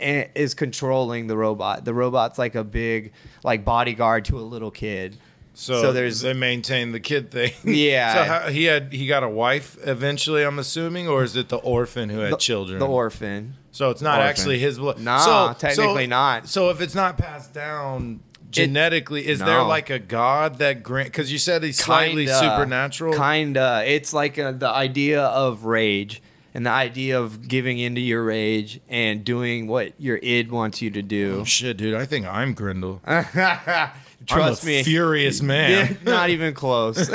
a- is controlling the robot. The robot's like a big like bodyguard to a little kid. So, so there's there's- they maintain the kid thing. Yeah. so how, he had he got a wife eventually. I'm assuming, or is it the orphan who had children? the orphan. So it's not orphan. actually his blood. Nah, so, technically so- not. So if it's not passed down genetically, is there No. like a god that grant? Because you said he's slightly Kinda. supernatural. Kinda. It's like uh the idea of rage and the idea of giving into your rage and doing what your id wants you to do. Oh, Shit, dude, I think I'm Grindel. Uh, Trust I'm a me. furious man. Yeah, not even close.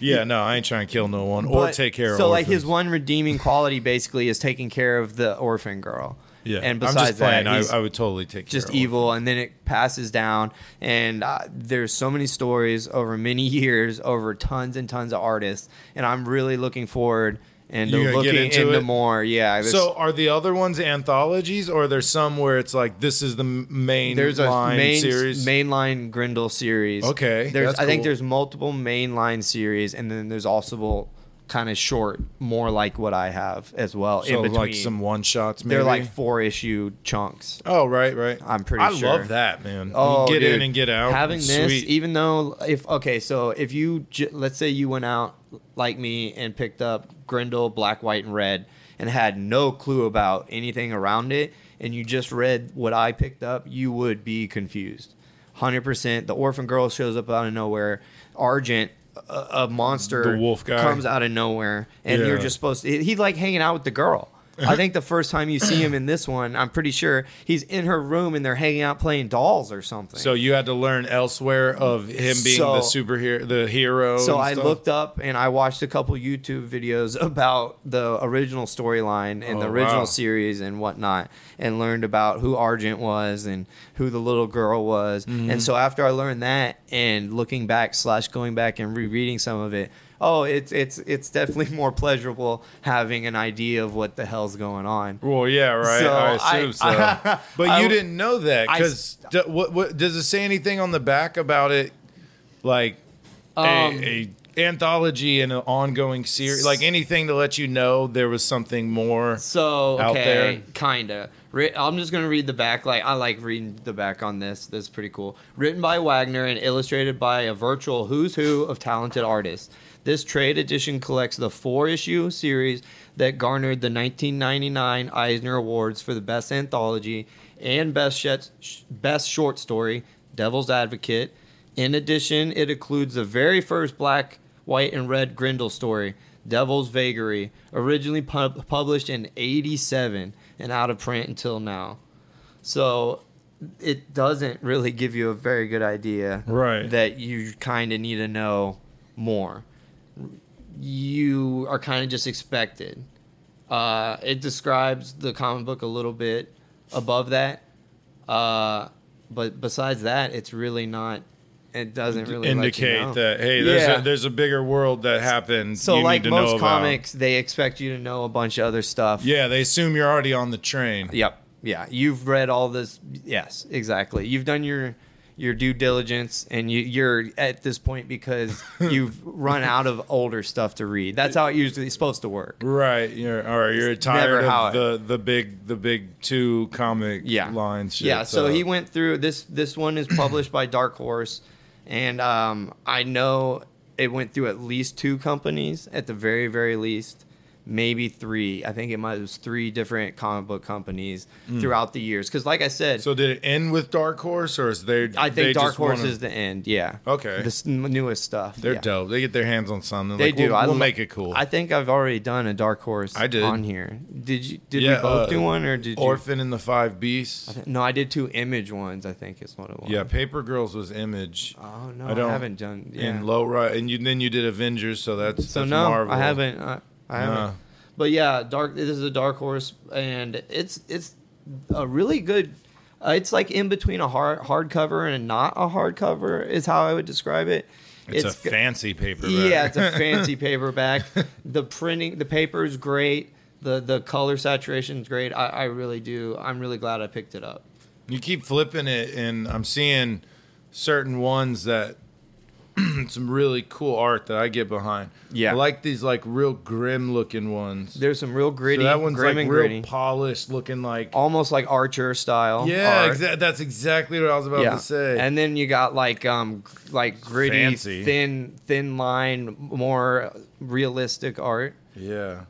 Yeah, no, I ain't trying to kill no one or But- take care of. So like his orphans. one redeeming quality basically is taking care of the orphan girl. Yeah, And I'm besides just playing. that, he's I, I would totally take care just of evil, and then it passes down. And uh, there's so many stories over many years, over tons and tons of artists, and I'm really looking forward and You to gonna get looking into into it? more. Yeah. there's- So are the other ones anthologies, or are there some where it's like this is the m- main there's a line main series? mainline Grendel series. Okay, There's that's I think cool. there's multiple mainline series, and then there's also kind of short, more like what I have as well. so in between. like some one shots. They're like four issue chunks. oh right, right. I'm pretty I sure. love that man. Oh, you get in dude. and get out. Having this, e Sweet. even though if okay, so if you j- let's say you went out like me and picked up Grendel, black, white, and red, and had no clue about anything around it, and you just read what I picked up, you would be confused. Hundred percent. The orphan girl shows up out of nowhere. Argent, a, a monster, The wolf guy. comes out of nowhere, and Yeah. you're just supposed to. He's like hanging out with the girl. I think the first time you see him in this one, I'm pretty sure he's in her room and they're hanging out playing dolls or something. So you had to learn elsewhere of him being the So- superhero, the hero. So and I stuff? looked up and I watched a couple YouTube videos about the original storyline and the Oh, original wow. series and whatnot, and learned about who Argent was and who the little girl was. Mm-hmm. And so after I learned that and looking back slash going back and rereading some of it, oh, it's it's it's definitely more pleasurable having an idea of what the hell's going on. Well, yeah, right. So I I- assume I- so. but I- you didn't know that I- because what, what does it say anything on the back about it, like Um, a, a anthology and an ongoing series, like anything to let you know there was something more? So out okay, there. kinda. Writ- I'm just gonna read the back. Like I like reading the back on this. That's pretty cool. Written by Wagner and illustrated by a virtual who's who of talented artists. This trade edition collects the four-issue series that garnered the 1999 Eisner Awards for the Best Anthology and Best Shet- Sh- Best Short Story, Devil's Advocate. In addition, it includes the very first black White and Red Grindel story, Devil's Vagary, originally pu- published in 87 and out of print until now. So it doesn't really give you a very good idea Right. that you kind of need to know more. You are kind of just expected. Uh, it describes the comic book a little bit above that. Uh, but besides that, it's really not. It doesn't really let you Indicate know. that hey, there's Yeah. a, there's a bigger world that happened. So, you like need to know most about. comics, they expect you to know a bunch of other stuff. yeah, they assume you're already on the train. Yep. Yeah. You've read all this. Yes, exactly. You've done your your due diligence, and you, you're at this point because you've run out of older stuff to read. That's how it usually is supposed to work. Right, you're all right. You're never tired how it- of the, the big the big two comic yeah. line shit. Yeah, so he went through this. This one is published by Dark Horse, and um, I know it went through at least two companies, at the very very least, maybe three. I think it might it was three different comic book companies throughout the years. Because like I said, Hmm. So did it end with Dark Horse, or is they? I they think Dark just Horse wanna- is the end. Yeah. Okay. The s- newest stuff. They're yeah. dope. They get their hands on something. They Like, do. We'll, I we'll lo- make it cool. I think I've already done a Dark Horse. I did. on here. Did you? Did Yeah, we both uh, do one or did you? Orphan and the Five Beasts. No, I did two image ones. I think is what it was. Yeah, Paper Girls was Image. Oh no, I, haven't done. Yeah. And low right, and you then you did Avengers, so that's so that's no, Marvel. I haven't. I, I haven't. Nah. But yeah, dark. This is a dark horse, and it's it's a really good. Uh, it's like in between a hard hardcover and not a hardcover is how I would describe it. It's, a g- fancy paper. Yeah, it's a fancy paperback. The printing, the paper is great. The the color saturation is great. I, I really do. I'm really glad I picked it up. You keep flipping it, and I'm seeing certain ones that some really cool art that I get behind. Yeah. I like these like real grim looking ones. There's some real so gritty, that one's grim like real and gritty, polished, looking like. almost like Archer style. yeah, art. exa- that's exactly what I was about to say. And then you got like um g- like gritty, Fancy. thin thin line, more realistic art. yeah.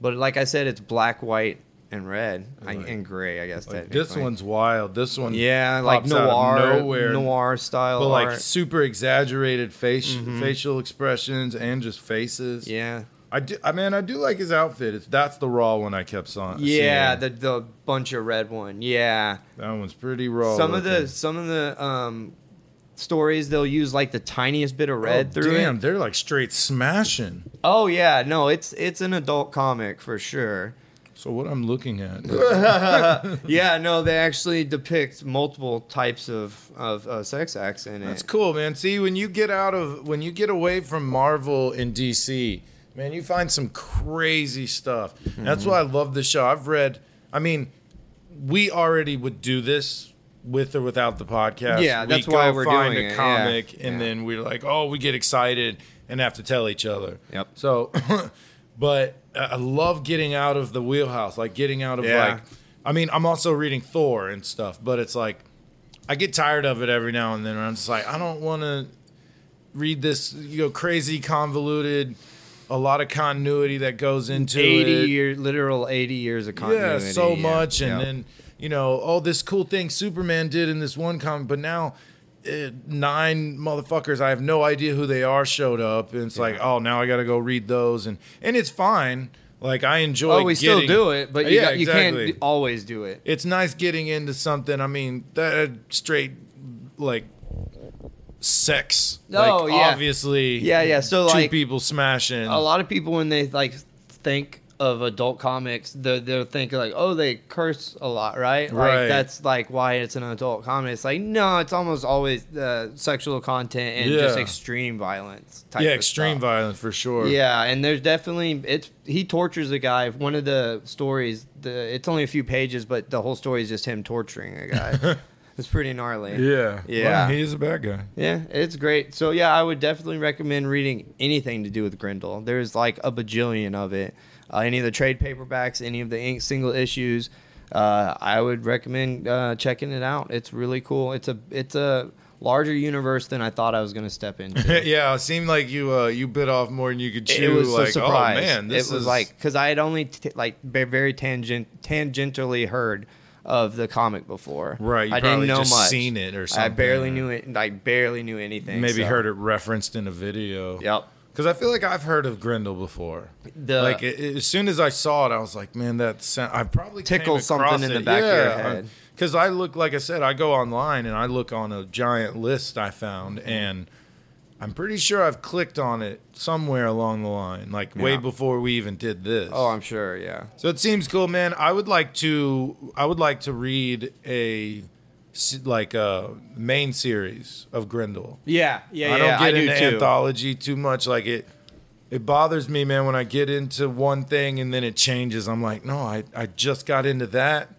But like I said, it's black, white, and red, I, Like- and gray. I guess Like, that this one's wild. This one, yeah, like pops out of noir, nowhere. noir style but like art. Mm-hmm. super exaggerated face, facial expressions and just faces. yeah, I do. I mean, I do like his outfit. It's, that's the raw one I kept on. yeah, seeing. the the bunch of red one. Yeah, that one's pretty raw. some of looking. the some of the um stories they'll use like the tiniest bit of red Oh, through damn, it. they're like straight smashing. Oh yeah, no, it's it's an adult comic for sure. So what I'm looking at, Yeah, no, they actually depict multiple types of of uh, sex acts in it. that's cool, man. See, when you get out of, when you get away from Marvel and DC, man, you find some crazy stuff. That's why I love the show. I've read. I mean, we already would do this with or without the podcast. Yeah, that's we why go we're find doing it, a yeah, comic, and yeah. then we're like, oh, we get excited and have to tell each other. Yep. So, but I I love getting out of the wheelhouse, like getting out of Yeah. like. I mean, I'm also reading Thor and stuff, but it's like I get tired of it every now and then. And I'm just like, I don't want to read this, you know, crazy convoluted. A lot of continuity that goes into Eighty it. year, literal eighty years of Yeah, continuity. so much, and yeah. then you know, oh, this cool thing Superman did in this one comic, but now eh, nine motherfuckers I have no idea who they are showed up, and it's like, oh, now I got to go read those, and and it's fine, Like I enjoy. Oh, we still getting- do it, but you, Yeah, got, you exactly. can't always do it. it's nice getting into something. I mean, that straight like sex. Oh, like, yeah. Obviously, Yeah, yeah, so, two like, people smashing. a lot of people when they like think of adult comics they're, they're thinking like oh they curse a lot right Right. like that's like why it's an adult comic it's like no it's almost always uh, sexual content and just Yeah. extreme violence type yeah, of extreme stuff. violence for sure. yeah and there's definitely it's he tortures a guy one of the stories the it's only a few pages but the whole story is just him torturing a guy it's pretty gnarly yeah, Yeah. Well, he is a bad guy. yeah, it's great. So yeah, I would definitely recommend reading anything to do with Grendel. There's like a bajillion of it. Uh, any of the trade paperbacks, any of the ink single issues. Uh, I would recommend uh, checking it out. It's really cool. It's a it's a larger universe than I thought I was gonna step into. yeah, it seemed like you uh, you bit off more than you could chew. it was like, a surprise. oh man, this it was is like because I had only t- like ba- very tangent tangentially heard of the comic before. Right, you I didn't probably know just much. seen it or I something, barely or- knew it. I barely knew anything. maybe so- heard it referenced in a video. Yep. Because I feel like I've heard of Grendel before. The- like it, it- as soon as I saw it, I was like, "Man, that sound, I probably came Tickles something across in the it. back of your Yeah, head. Because I look, like I said, I go online and I look on a giant list I found, Mm-hmm. and I'm pretty sure I've clicked on it somewhere along the line, like way Yeah. before we even did this. Oh, I'm sure. Yeah. So it seems cool, man. I would like to. I would like to read a s- like a main series of Grendel. Yeah, yeah, I don't get into too. anthology too much. Like it, it bothers me, man. When I get into one thing and then it changes, I'm like, no, I, I just got into that.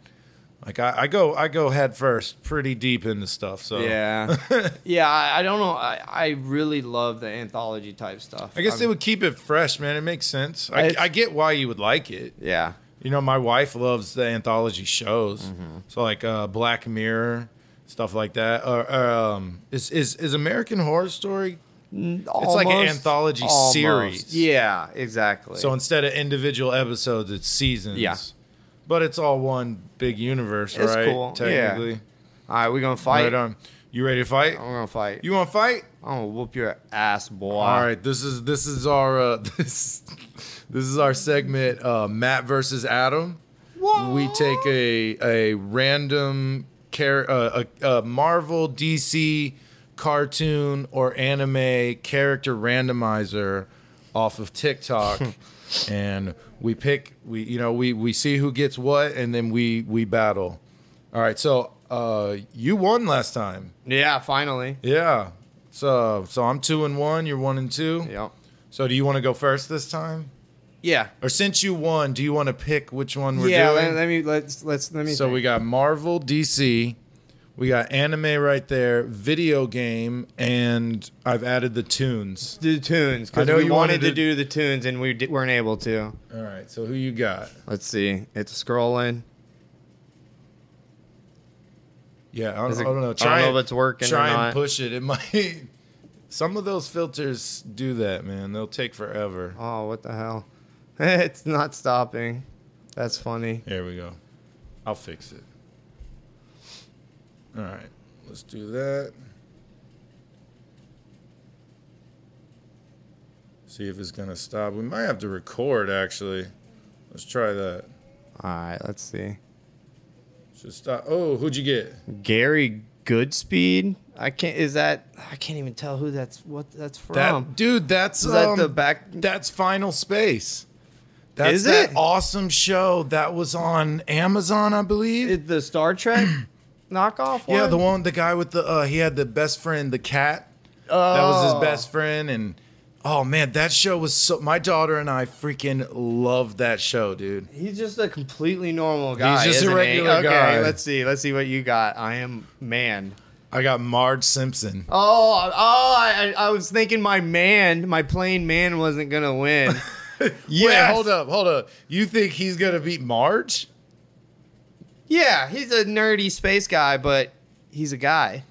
Like I, I go, I go head first, pretty deep into stuff. So Yeah, yeah. I, I don't know. I, I really love the anthology type stuff. I guess they I'm- would keep it fresh, man. It makes sense. I, It's- I get why you would like it. Yeah, You know, my wife loves the anthology shows, Mm-hmm. so like uh, Black Mirror, stuff like that. Or um, is is is American Horror Story? almost, like an anthology almost. series. Yeah, exactly. So instead of individual episodes, it's seasons. Yeah. But it's all one big universe, It's right? cool, yeah. Technically. all right, we're gonna fight. Oh. Right on. You ready to fight? I'm gonna fight. You want to fight? I'm gonna whoop your ass, boy. All right. This is this is our uh, this this is our segment uh, Matt versus Adam. We take a a random char- uh, a, a Marvel, DC, cartoon or anime character randomizer off of TikTok, and we pick we you know we we see who gets what, and then we we battle. All right. So uh, you won last time. Yeah, finally. Yeah. So so I'm two and one. You're one and two. Yep. So do you want to go first this time, Yeah. or since you won, do you want to pick which one we're yeah. doing? Let, let me let's let's let me. so think. we got Marvel, DC, we got anime right there, video game, and I've added the tunes. do tunes I because know we you wanted wanted to- to do the tunes and we di- weren't able to. All right. So who you got? Let's see. It's scrolling. Yeah, I don't, Is I it- don't I know. don't Try know and- if it's working or Try and not. push it. It might. Some of those filters do that, man. They'll take forever. Oh, what the hell? it's not stopping. That's funny. There we go. I'll fix it. All right. Let's do that. See if it's going to stop. We might have to record, actually. Let's try that. All right, let's see. Should stop. Oh, who'd you get? Gary Goodspeed? I can't. Is that? I can't even tell who that's. What that's from? dude, that's um, is that the back? That's Final Space. That's Is that it? awesome show that was on Amazon, I believe. Is the Star Trek knockoff? One? yeah, the one, the guy with the, uh, he had the best friend, the cat. That was his best friend, and oh man, that show was so. My daughter and I freaking loved that show, dude. He's just a completely normal guy. just a isn't he? regular okay, guy. let's see. Let's see what you got. I am man. I got Marge Simpson. Oh, oh! I, I I was thinking my man, my plain man, wasn't gonna win. Wait, Yes! hold up, hold up. You think he's gonna beat Marge? Yeah, he's a nerdy space guy, but he's a guy.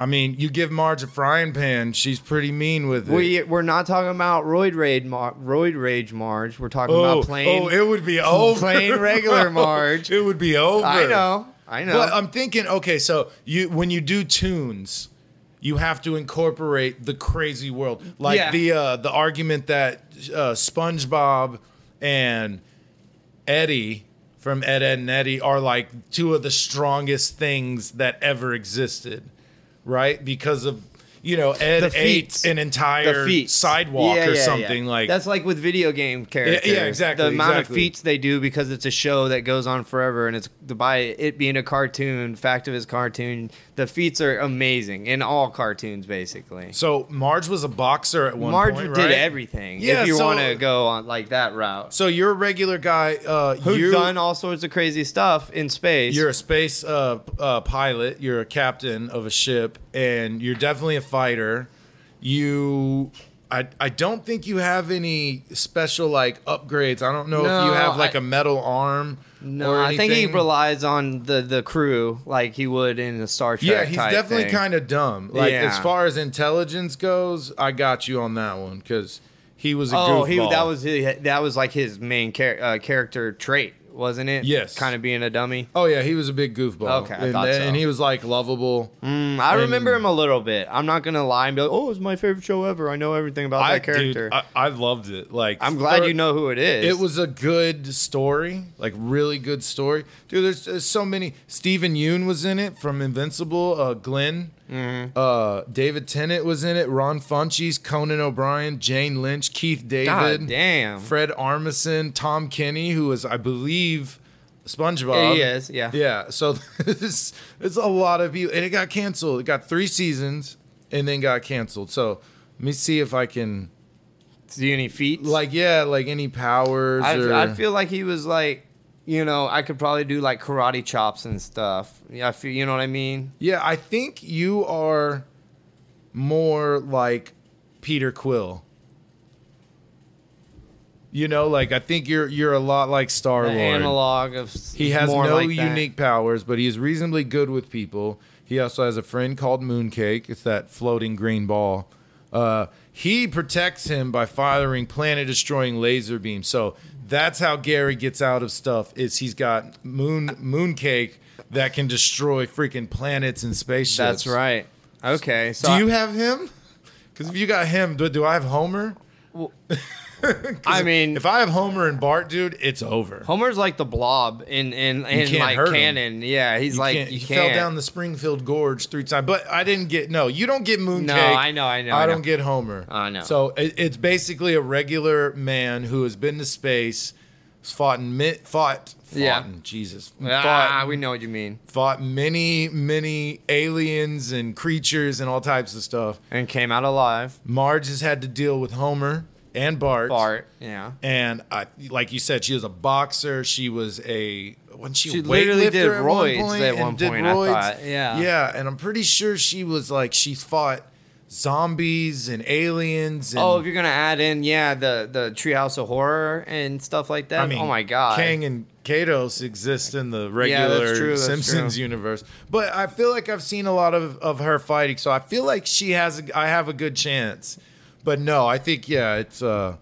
I mean, you give Marge a frying pan, she's pretty mean with it. We we're not talking about roid rage, Mar- roid rage Marge. We're talking oh, about plain. oh, it would be over. plain regular Marge. It would be over. I know, I know. But I'm thinking, okay, so you when you do tunes, you have to incorporate the crazy world, like Yeah. the uh, the argument that uh, SpongeBob and Eddie from Ed, Ed and Eddie are like two of the strongest things that ever existed, right? Because of you know Ed The ate feet. an entire the feet sidewalk Yeah, or yeah, yeah. something like that's like with video game characters exactly, the amount exactly. of feats they do because it's a show that goes on forever and it's by it being a cartoon fact of his cartoon the feats are amazing in all cartoons basically So Marge was a boxer at one marge point, did right? everything Yeah, if you so- want to go on like that route So you're a regular guy. Uh, who's you, done all sorts of crazy stuff in space You're a space uh, p- uh, pilot. You're a captain of a ship, and you're definitely a fighter. You, I, I don't think you have any special like upgrades. I don't know if you No, have like I- a metal arm. no or i think he anything. relies on the the crew like he would in the star trek Yeah, he's type definitely thing. kind of dumb. Like Yeah. as far as intelligence goes, I got you on that one because he was a Oh, he goofball. that was his, that was like his main char- uh, character trait, wasn't it? Yes. kind of being a dummy. Oh yeah, he was a big goofball. Okay, I and, thought so. and he was like lovable. Mm, I remember him a little bit. I'm not gonna lie and be like, "Oh, it's my favorite show ever. I know everything about that dude, character." I, I loved it. Like I, am glad for- you know who it is. It was a good story, like really good story, dude. There's, there's so many. Steven Yoon was in it from Invincible. Uh, Glenn, Mm-hmm. uh, David Tennant was in it. Ron Funches, Conan O'Brien, Jane Lynch, Keith David, damn. Fred Armisen, Tom Kenny, who was, I believe, SpongeBob. He is, yeah. um, yeah. So this it's a lot of you, and it got canceled. It got three seasons, and then got canceled. So let me see if I can. Do you any feats? Like yeah, like any powers. I, or... I feel like he was like, you know, I could probably do like karate chops and stuff. Yeah, I feel, you know what I mean? Yeah, I think you are more like Peter Quill. You know, like I think you're you're a lot like Star The Oh, Lord. analog of s- He has more no like that. unique powers, but he is reasonably good with people. He also has a friend called Mooncake. It's that floating green ball. Uh, he protects him by firing planet-destroying laser beams. So that's how Gary gets out of stuff. Is he's got moon mooncake that can destroy freaking planets and spaceships. That's right. Okay, so Do I- you have him? Because if you got him, do, do I have Homer? 'Cause I if- mean- if I have Homer and Bart, dude, it's over. Homer's like the blob in in in can't like hurt him. canon. Yeah, he's like can't- you he fell can't. down the Springfield Gorge three times, but I didn't get no. You don't get Mooncake. No, I know, I know, I, I know. don't get Homer. I know. So it, it's basically a regular man who has been to space, has fought and mi- fought, fought Yeah. Jesus, ah, fought, we know what you mean. fought many many aliens and creatures and all types of stuff. And came out alive. Marge has had to deal with Homer and Bart. Bart. Yeah. And I, like you said, she was a boxer. She was a when she, She a literally weightlifter did at one roids point at and one did point, I roids. thought. Yeah. yeah. And I'm pretty sure she was like she fought zombies and aliens. And, Oh, if you're gonna add in, yeah, the the Treehouse of Horror and stuff like that. I mean, oh my god. Kang and Kados exist in the Yeah, that's regular true, that's Simpsons true. universe. But I feel like I've seen a lot of, of her fighting, so I feel like she has. A, I have a good chance. But no, I think yeah, it's uh,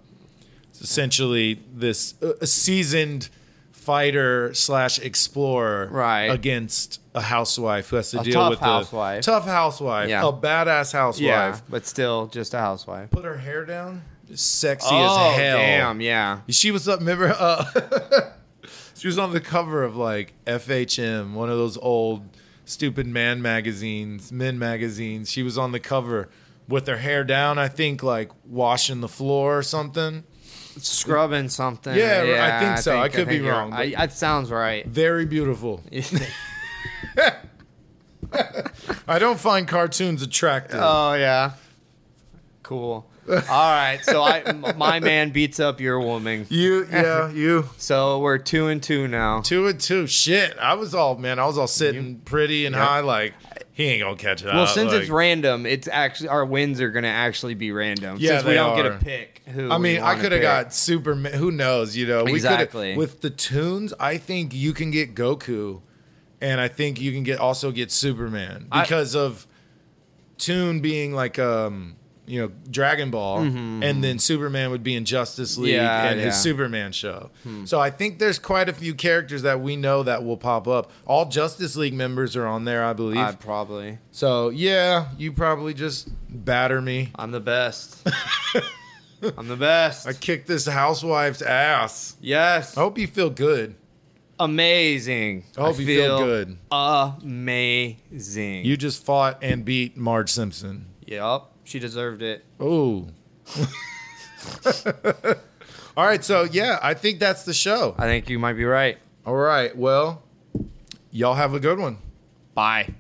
it's essentially this uh, seasoned fighter slash explorer Right. against a housewife who has to A deal tough with housewife. a tough housewife, Yeah. a badass housewife. yeah, but still just a housewife. Put her hair down, sexy oh as hell. damn, yeah. She was up. Remember, uh, she was on the cover of like FHM, one of those old stupid man magazines, men magazines. She was on the cover with her hair down. I think like washing the floor or something. Scrubbing something. Yeah, I think so. I could be you're- wrong, I, but- that sounds right. Very beautiful. I don't find cartoons attractive. Oh yeah. Cool. All right, so I m- my man beats up your woman. you, yeah, you. So we're two and two now. Two and two. Shit, I was all man. I was all sitting pretty and high. Like he ain't gonna catch that. Well, since it's Uh, like- random, it's actually our wins are gonna actually be random. Yeah, since we they don't get are. a pick. Who I we mean, I wanna could have pick. got Superman. Who knows? You know, we coulda- Exactly. with the tunes. I think you can get Goku, and I think you can get also get Superman I- because of tune being like um you know Dragon Ball, and then Superman would be in Justice League Mm-hmm. Yeah, and his yeah. Hmm. Superman show. So I think there's quite a few characters that we know that will pop up. All Justice League members are on there, I believe. I probably. so yeah, you probably just batter me. I'm the best. I'm the best. I kicked this housewife's ass. yes. I hope you feel good. Amazing. I hope you feel good. Amazing. You just fought and beat Marge Simpson. yep. She deserved it. Oh. All right, so yeah, I think that's the show. I think you might be right. All right, well, y'all have a good one. Bye.